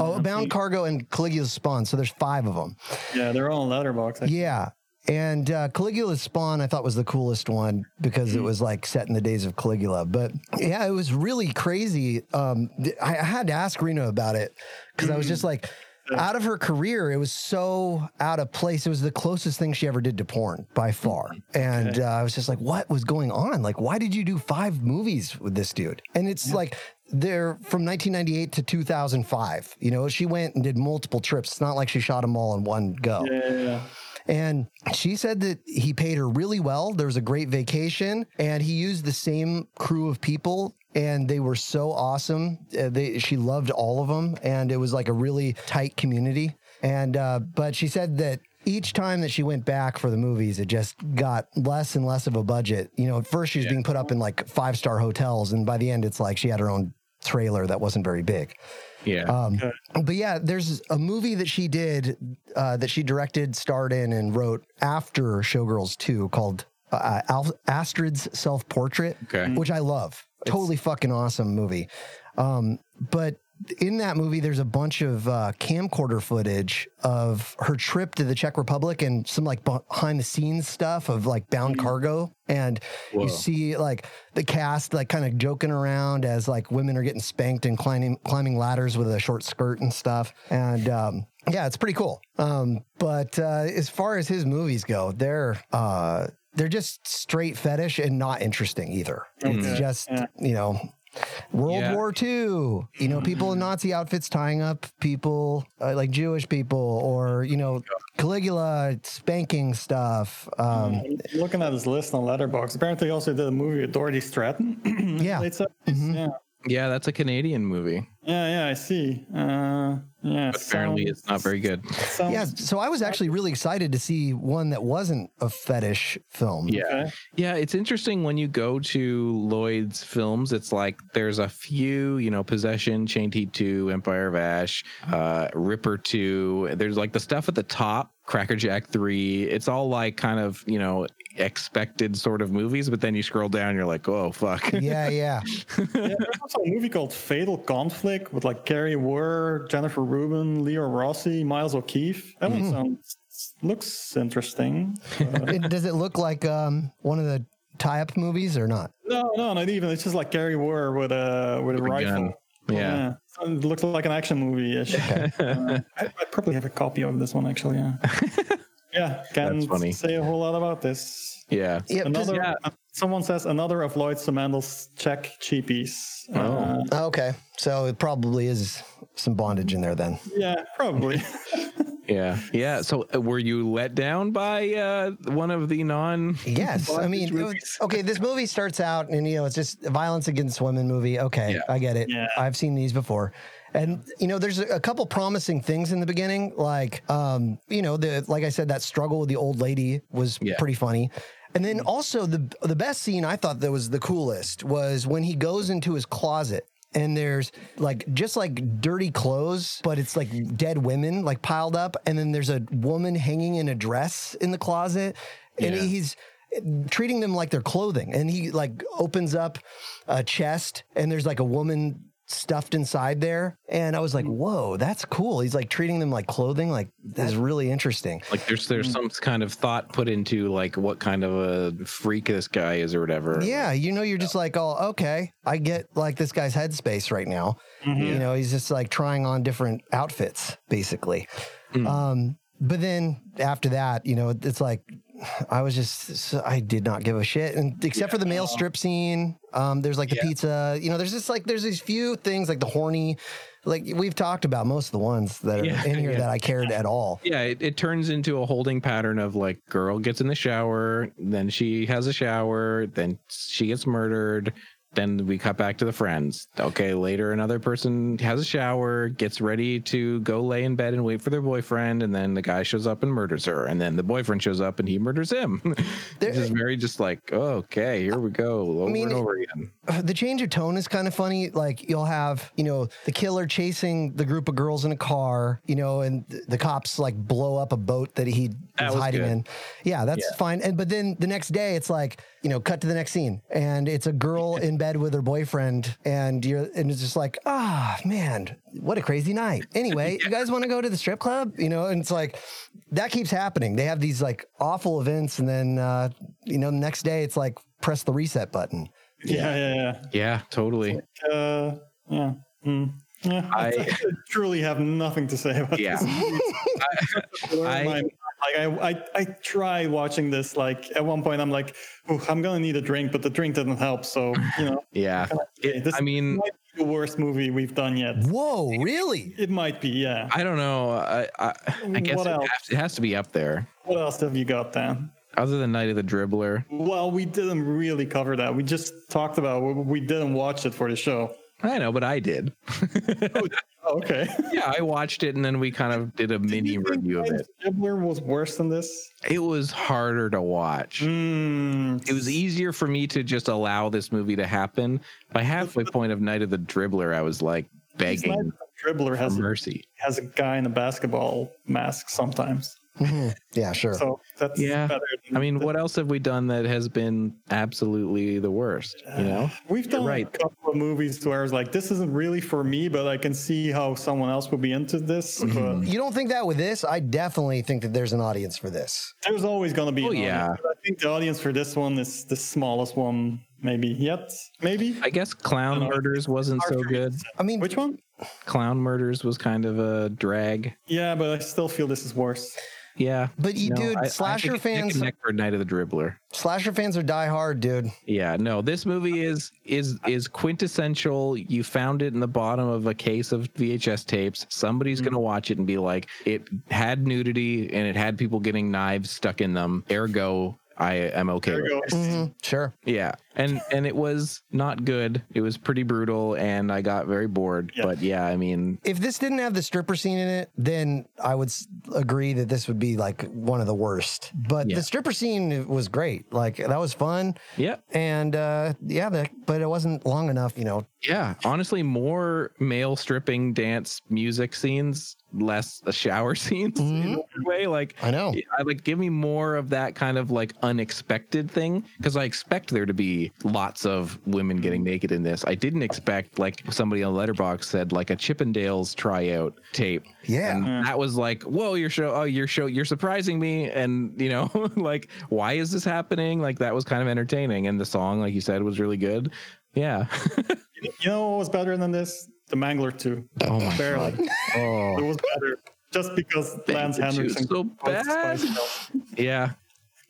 S5: oh, Bound Cargo, and Caligula's Spawn. So there's five of them.
S3: Yeah, they're all in letterbox. Yeah.
S5: Yeah. And uh, Caligula's Spawn, I thought was the coolest one because it was like set in the days of Caligula. But yeah, it was really crazy. Um, th- I, I had to ask Reno about it because I was just like, out of her career, it was so out of place. It was the closest thing she ever did to porn by far. And uh, I was just like, what was going on? Like, why did you do five movies with this dude? And it's like, they're from 1998 to 2005. You know, she went and did multiple trips. It's not like she shot them all in one go.
S3: yeah.
S5: And she said that he paid her really well. There was a great vacation, and he used the same crew of people, and they were so awesome. Uh, they, she loved all of them, and it was like a really tight community. And uh, but she said that each time that she went back for the movies, it just got less and less of a budget. You know, at first she was being put up in like five star hotels, and by the end, it's like she had her own trailer that wasn't very big.
S2: Yeah.
S5: Um, but yeah, there's a movie that she did uh, that she directed, starred in, and wrote after Showgirls 2 called uh, Al- Astrid's Self Portrait,
S2: Okay.
S5: which I love. totally fucking awesome movie. Um, but in that movie, there's a bunch of uh, camcorder footage of her trip to the Czech Republic and some like behind the scenes stuff of like bound cargo. And
S2: Whoa.
S5: you see like the cast like kind of joking around as like women are getting spanked and climbing climbing ladders with a short skirt and stuff. And um, yeah, it's pretty cool. Um, but uh, as far as his movies go, they're uh, they're just straight fetish and not interesting either. It's just you know. World
S2: Yeah.
S5: War II, you know, people in Nazi outfits tying up people uh, like Jewish people, or you know, Caligula spanking stuff. Um,
S3: I'm looking at his list on Letterbox. Apparently, he also did a movie with Dorothy Stratton.
S5: yeah,
S3: It's a- Yeah,
S2: Yeah, that's a Canadian movie.
S3: yeah, yeah. I see. Uh, yeah.
S2: Apparently, it's not very good.
S3: sounds-
S5: Yeah, so I was actually really excited to see one that wasn't a fetish film.
S3: Okay.
S2: Yeah, it's interesting when you go to Lloyd's films. It's like there's a few, you know, Possession, Chained Heat 2, Empire of Ash, uh, Ripper 2. There's like the stuff at the top Cracker Jack 3. It's all like kind of, you know, expected sort of movies, but then you scroll down, you're like, oh, fuck.
S5: Yeah, yeah.
S3: yeah there's also a movie called Fatal Conflict with like Carrie Ware, Jennifer Rubin, Leo Rossi, Miles O'Keefe. That one sounds, looks interesting. Uh,
S5: It- Does it look like um, one of the tie-up movies or not?
S3: no, no, not even. It's just like Carrie Ware with a,
S2: With
S3: with a
S2: a
S3: rifle.
S2: gun. Yeah.
S3: So It looks like an action movie ish. I, I probably have a copy of this one actually. Yeah. yeah. Can't
S2: funny.
S3: say a whole lot about this.
S2: Yeah.
S5: Yeah, 'cause-
S3: Another, uh,
S2: Yeah.
S3: someone says another of Lloyd Samandel's Czech cheapies. Uh,
S5: Oh, okay. So it probably is some bondage in there then.
S3: yeah, probably.
S2: Yeah. Yeah. So uh, were you let down by uh, one of the non.
S5: Yes, I
S2: Bondage
S5: mean, it was-
S2: movies.
S5: okay. This movie starts out, and you know, it's just a violence against women movie. Okay,
S2: Yeah.
S5: I get it.
S3: Yeah.
S5: I've seen these before, and you know, there's a, a couple promising things in the beginning, like um, you know, the like I said, that struggle with the old lady was
S2: Yeah. Mm.
S5: pretty funny. And then also the the best scene I thought that was the coolest was when he goes into his closet and there's like just like dirty clothes, but it's like dead women like piled up, and then there's a woman hanging in a dress in the closet, and
S2: Yeah.
S5: he's treating them like their clothing, and he like opens up a chest and there's like a woman stuffed inside there, and I was
S2: Mm.
S5: like, whoa, that's cool. He's like treating them like clothing, like that's really interesting.
S2: Like there's
S5: Mm.
S2: there's some kind of thought put into like what kind of a freak this guy is or whatever.
S5: Yeah, you know, you're just like, oh, okay, I get like this guy's headspace right now.
S2: Mm-hmm.
S5: You know, he's just like trying on different outfits, basically.
S2: Hmm.
S5: Um, but then after that, you know, it's like I was just I did not give a shit, and except for the male strip scene, um, there's like the pizza. You know, there's just like there's these few things like the horny. Like we've talked about most of the ones that are
S2: Yeah,
S5: in here
S2: yeah.
S5: that I cared at all.
S2: Yeah, it, it turns into a holding pattern of like girl gets in the shower, then she has a shower, then she gets murdered, then we cut back to the friends. Okay, later another person has a shower, gets ready to go lay in bed and wait for their boyfriend, and then the guy shows up and murders her, and then the boyfriend shows up and he murders him.
S5: There-
S2: it's just very just like, okay, here we go, over
S5: mean,
S2: and over again.
S5: the change of tone is kind of funny. Like you'll have, you know, the killer chasing the group of girls in a car, you know, and th- the cops like blow up a boat that he
S2: That
S5: was
S2: was
S5: hiding
S2: good.
S5: in. Yeah, that's
S2: Yeah.
S5: fine. And but then the next day it's like, you know, cut to the next scene and it's a girl in bed with her boyfriend and you're and it's just like, ah, man, what a crazy night. Anyway, you guys want to go to the strip club? You know, and it's like that keeps happening. They have these like awful events and then uh, you know, the next day it's like press the reset button.
S3: yeah, yeah, yeah.
S2: Yeah, totally.
S3: Uh, yeah. Mm. Yeah, I,
S2: I-
S3: I truly have nothing to say about
S2: Yeah.
S3: this. Where am I,
S2: I-
S3: like I, I, I try watching this. Like at one point, I'm like, "Ooh, I'm gonna need a drink," but the drink doesn't help. So you know,
S2: Yeah.
S3: okay, this
S2: I mean,
S3: might be the worst movie we've done yet.
S5: Whoa, really?
S3: It might be, yeah.
S2: I don't know. I I, I guess
S3: What
S2: it
S3: else?
S2: has, it has to be up there.
S3: What else have you got, Dan?
S2: Other than Night of the Dribbler,
S3: Well, we didn't really cover that. We just talked about. it. We didn't watch it for the show.
S2: I know, but I did.
S3: Oh, okay.
S2: yeah, I watched it and then we kind of did a mini review of it.
S3: Dribbler was worse than this.
S2: It was harder to watch.
S3: Mm,
S2: It was easier for me to just allow this movie to happen. By halfway point of Night of the Dribbler, I was like begging
S3: Dribbler
S2: for
S3: has a,
S2: mercy.
S3: has a guy in a basketball mask sometimes.
S2: Mm-hmm.
S5: Yeah, sure.
S3: So that's
S2: Yeah.
S3: better. Than
S2: I mean, what else have we done that has been absolutely the worst? You know?
S3: We've done
S2: right.
S3: a couple of movies where I was like, this isn't really for me, but I can see how someone else would be into this.
S2: Mm-hmm.
S3: But
S5: you don't think that with this? I definitely think that there's an audience for this.
S3: there's always going to be.
S2: Oh,
S3: an audience.
S2: yeah.
S3: But I think the audience for this one is the smallest one, maybe yet. Maybe.
S2: I guess Clown
S3: I don't know.
S2: Murders wasn't so good.
S5: I mean,
S3: Which one?
S2: Clown Murders was kind of a drag.
S3: Yeah, but I still feel this is worse.
S2: Yeah.
S5: But you- dude,
S2: I- I think
S5: slasher
S2: it's neck
S5: fans-
S2: and neck for Night of the Dribbler.
S5: slasher fans are die hard, dude.
S2: Yeah, no, this movie is is is quintessential. You found it in the bottom of a case of VHS tapes. Somebody's gonna watch it and be like, it had nudity and it had people getting knives stuck in them. Ergo, I am okay.
S3: There
S2: with
S3: you
S2: it."
S3: go.
S5: Mhm, Sure.
S2: Yeah, and and it was not good. It was pretty brutal, and I got very bored.
S3: Yeah.
S2: But yeah, I mean,
S5: If this didn't have the stripper scene in it, then I would s- agree that this would be like one of the worst. But
S2: Yeah.
S5: the stripper scene was great. Like that was fun.
S2: yeah,
S5: And uh, yeah, that, but it wasn't long enough, you know.
S2: yeah. Honestly, more male stripping, dance, music scenes, less the shower scenes. In a way, like
S5: Mm-hmm. I know.
S2: I like give me more of that kind of like unexpected thing because I expect there to be lots of women getting naked in this. I didn't expect like somebody on Letterbox said like a Chippendales tryout tape.
S5: Yeah.
S2: And that was like, whoa, you're show, oh, you're show, you're surprising me, and you know, like, why is this happening? Like that was kind of entertaining, and the song, like you said, was really good. Yeah.
S3: You know what was better than this? The Mangler 2. Oh my Barely. It
S5: Oh,
S3: was better. Just because Lance
S2: the two
S3: Henriksen.
S2: so
S3: caused Spice
S2: bad.
S3: Girls.
S2: yeah.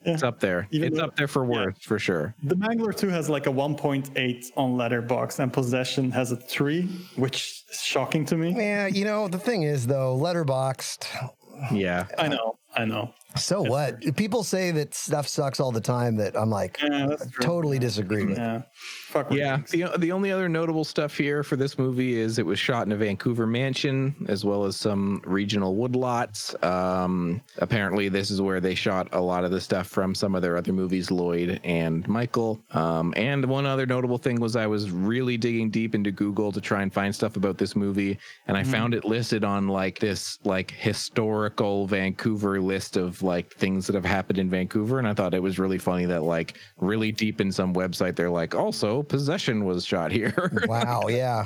S3: Yeah.
S2: It's up there.
S3: Even
S2: it's
S3: though-
S2: up there for
S3: yeah.
S2: worth for sure.
S3: The Mangler 2 has like a 1.8 on Letterbox, and Possession has a 3, which is shocking to me.
S5: yeah. You know, the thing is though, letterboxed.
S2: Yeah.
S3: I know, I know.
S5: So what? People say that stuff sucks all the time. That I'm like
S3: Yeah, that's true.
S5: totally disagree with.
S3: Yeah. Fuck
S2: Yeah.
S3: ratings.
S2: The, the only other notable stuff here for this movie is it was shot in a Vancouver mansion as well as some regional woodlots. Um, apparently, this is where they shot a lot of the stuff from some of their other movies, Lloyd and Michael. Um, and one other notable thing was I was really digging deep into Google to try and find stuff about this movie. And I found it listed on like this like historical Vancouver list of like things that have happened in Vancouver. And I thought it was really funny that like really deep in some website, they're like, also possession was shot here.
S5: Wow. Yeah.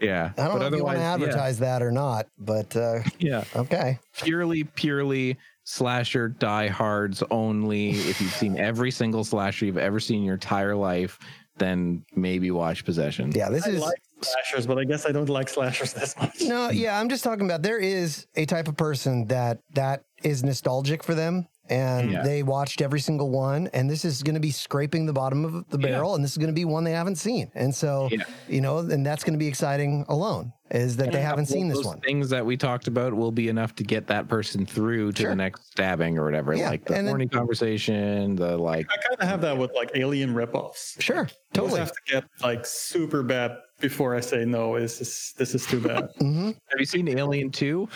S2: yeah.
S5: I don't know if you want to advertise that or not, but uh,
S2: Yeah. yeah.
S5: okay.
S2: Purely, purely slasher diehards only. If you've seen every single slasher you've ever seen in your entire life, then maybe watch possession.
S5: Yeah. This
S3: I
S5: is
S3: like slashers, but I guess I don't like slashers this much.
S5: No, yeah, I'm just talking about there is a type of person that that is nostalgic for them and
S2: Yeah.
S5: they watched every single one and this is going to be scraping the bottom of the
S2: Yeah.
S5: barrel and this is going to be one they haven't seen. And so,
S2: Yeah.
S5: you know, and that's going to be exciting alone is that they haven't seen this one.
S2: Things that we talked about will be enough to get that person through to
S5: Sure.
S2: the next stabbing or whatever.
S5: Yeah,
S2: Like the
S5: and then-
S2: horny conversation, the like.
S3: I kind of have that with like alien ripoffs.
S5: Sure,
S3: I always
S5: totally.
S3: have to get like super bad before I say no. This is this is too bad.
S5: hmm
S2: Have you seen Alien Two?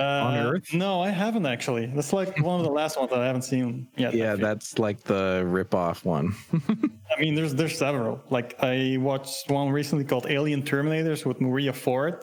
S2: On Earth?
S3: No, I haven't actually. That's like one of the last ones that I haven't seen yet.
S2: Yeah,
S3: actually.
S2: that's like the rip-off one.
S3: I mean, there's there's several. Like I watched one recently called Alien Terminators with Maria Ford,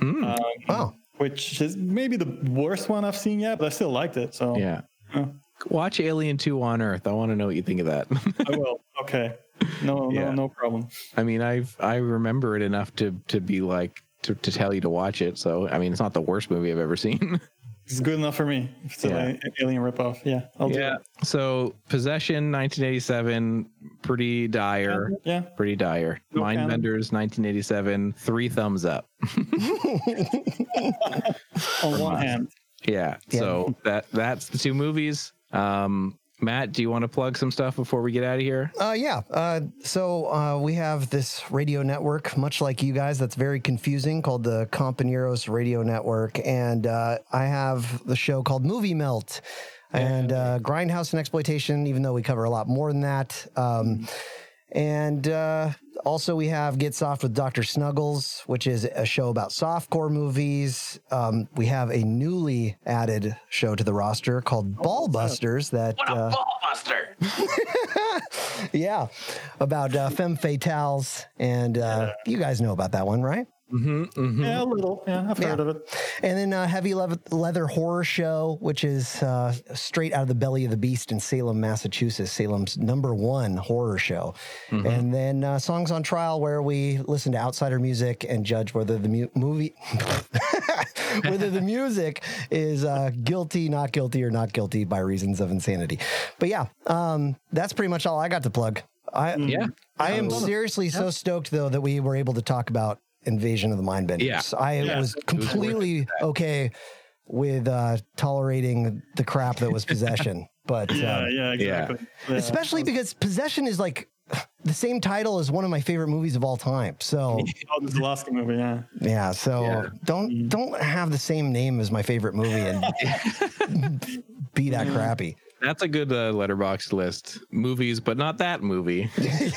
S2: Mm,
S5: Wow.
S3: which is maybe the worst one I've seen yet, but I still liked it. So
S2: yeah.
S3: Huh.
S2: Watch Alien Two on Earth. I want to know what you think of that.
S3: I will. Okay. No,
S2: Yeah.
S3: no, no problem.
S2: I mean, I've I remember it enough to to be like to, to tell you to watch it. So I mean, it's not the worst movie I've ever seen.
S3: It's good enough for me. If it's an
S2: Yeah.
S3: a- alien ripoff. Yeah, I'll
S2: yeah. So Possession, 1987, pretty
S3: do
S2: dire.
S3: it. Yeah.
S2: pretty dire.
S3: No
S2: Mind
S3: canon.
S2: Mindbenders, 1987, three thumbs up.
S3: On one hand.
S2: Yeah.
S5: Yeah.
S2: So that that's the two movies. Um, Matt, do you want to plug some stuff before we get out of here?
S5: Uh, yeah. Uh, so uh, we have this radio network, much like you guys, that's very confusing, called the Companeros Radio Network. And uh, I have the show called Movie Melt and uh, Grindhouse and Exploitation, even though we cover a lot more than that. Um, and uh, also, we have Get Soft with Dr. Snuggles, which is a show about softcore movies. Um, we have a newly added show to the roster called Ball Busters. That uh, yeah, about uh, femme fatales, and uh, you guys know about that one, right?
S3: Yeah, a little. Yeah, I've heard
S5: Yeah.
S3: of it.
S5: And then uh, Heavy Leather, Leather Horror Show, which is uh, straight out of the belly of the beast in Salem, Massachusetts, Salem's number one horror show. And then uh, Songs on Trial, where we listen to outsider music and judge whether the mu- movie, whether the music is uh, guilty, not guilty, or not guilty by reasons of insanity. But yeah, um, that's pretty much all I got to plug. I,
S2: Yeah.
S5: I am seriously so stoked though that we were able to talk about Invasion of the Mind Benders.
S2: Yeah.
S5: I
S3: Yeah.
S5: was completely okay with uh, tolerating the crap that was possession, but
S3: Yeah,
S5: um,
S3: yeah, exactly. Yeah.
S5: especially because possession is like the same title as one of my favorite movies of all time. So
S3: Oh, the Zalaska movie, yeah.
S5: yeah, so
S2: Yeah. Mm-hmm.
S5: don't
S2: Mm-hmm.
S5: don't have the same name as my favorite movie and be that crappy.
S2: That's a good uh, letterbox list. Movies, but not that movie.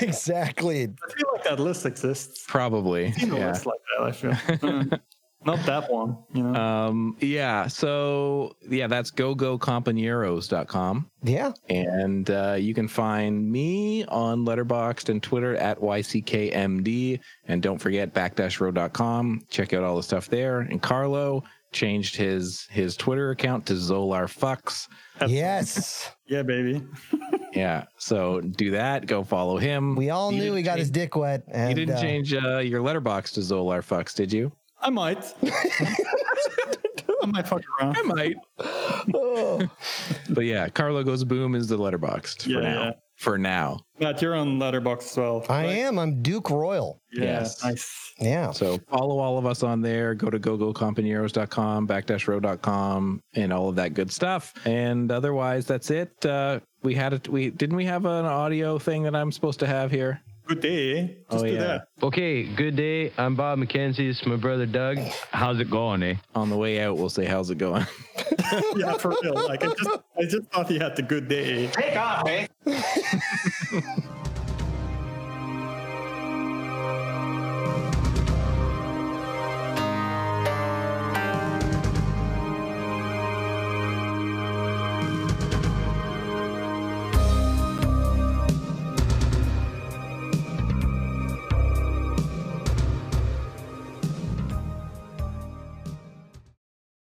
S5: exactly.
S3: I feel like that list exists.
S2: Probably.
S3: I've seen a list like that, I feel. Mm. Not that one. You know?
S2: Um, yeah. So yeah, that's gogocompaneros.com.
S5: Yeah.
S2: And uh, you can find me on Letterboxd and Twitter at YCKMD. And don't forget backdashrow.com. Check out all the stuff there. And Carlo changed his his Twitter account to Zolar Fucks.
S5: Yes.
S3: yeah, baby.
S2: yeah. So do that. Go follow him.
S5: We all
S2: You
S5: knew
S2: didn't
S5: he got his
S2: change-
S5: dick wet. And,
S2: You didn't
S5: uh,
S2: change uh, your letterbox to Zolar Fucks, did you?
S3: I might. I might fuck around.
S2: I might.
S5: oh.
S2: But yeah, Carlo goes boom is the letterboxed
S3: Yeah,
S2: for now.
S3: yeah.
S2: For now.
S3: Matt, you're on Letterbox as well.
S5: I
S3: right?
S5: am. I'm Duke Royal.
S3: Yeah,
S2: Yes.
S3: Nice.
S5: Yeah.
S2: So follow all of us on there. Go to gogocompaneros.com, backdash row.com, and all of that good stuff. And otherwise, that's it. Uh, we had it. We didn't we have an audio thing that I'm supposed to have here?
S3: Good day. Just
S2: Oh,
S3: do
S2: yeah.
S3: that.
S6: Okay, good day. I'm Bob McKenzie. It's my brother Doug. How's it going, eh?
S2: On the way out, we'll say, "How's it going?"
S3: Yeah, for real. Like I just I just thought he had the good day.
S10: Take off, eh?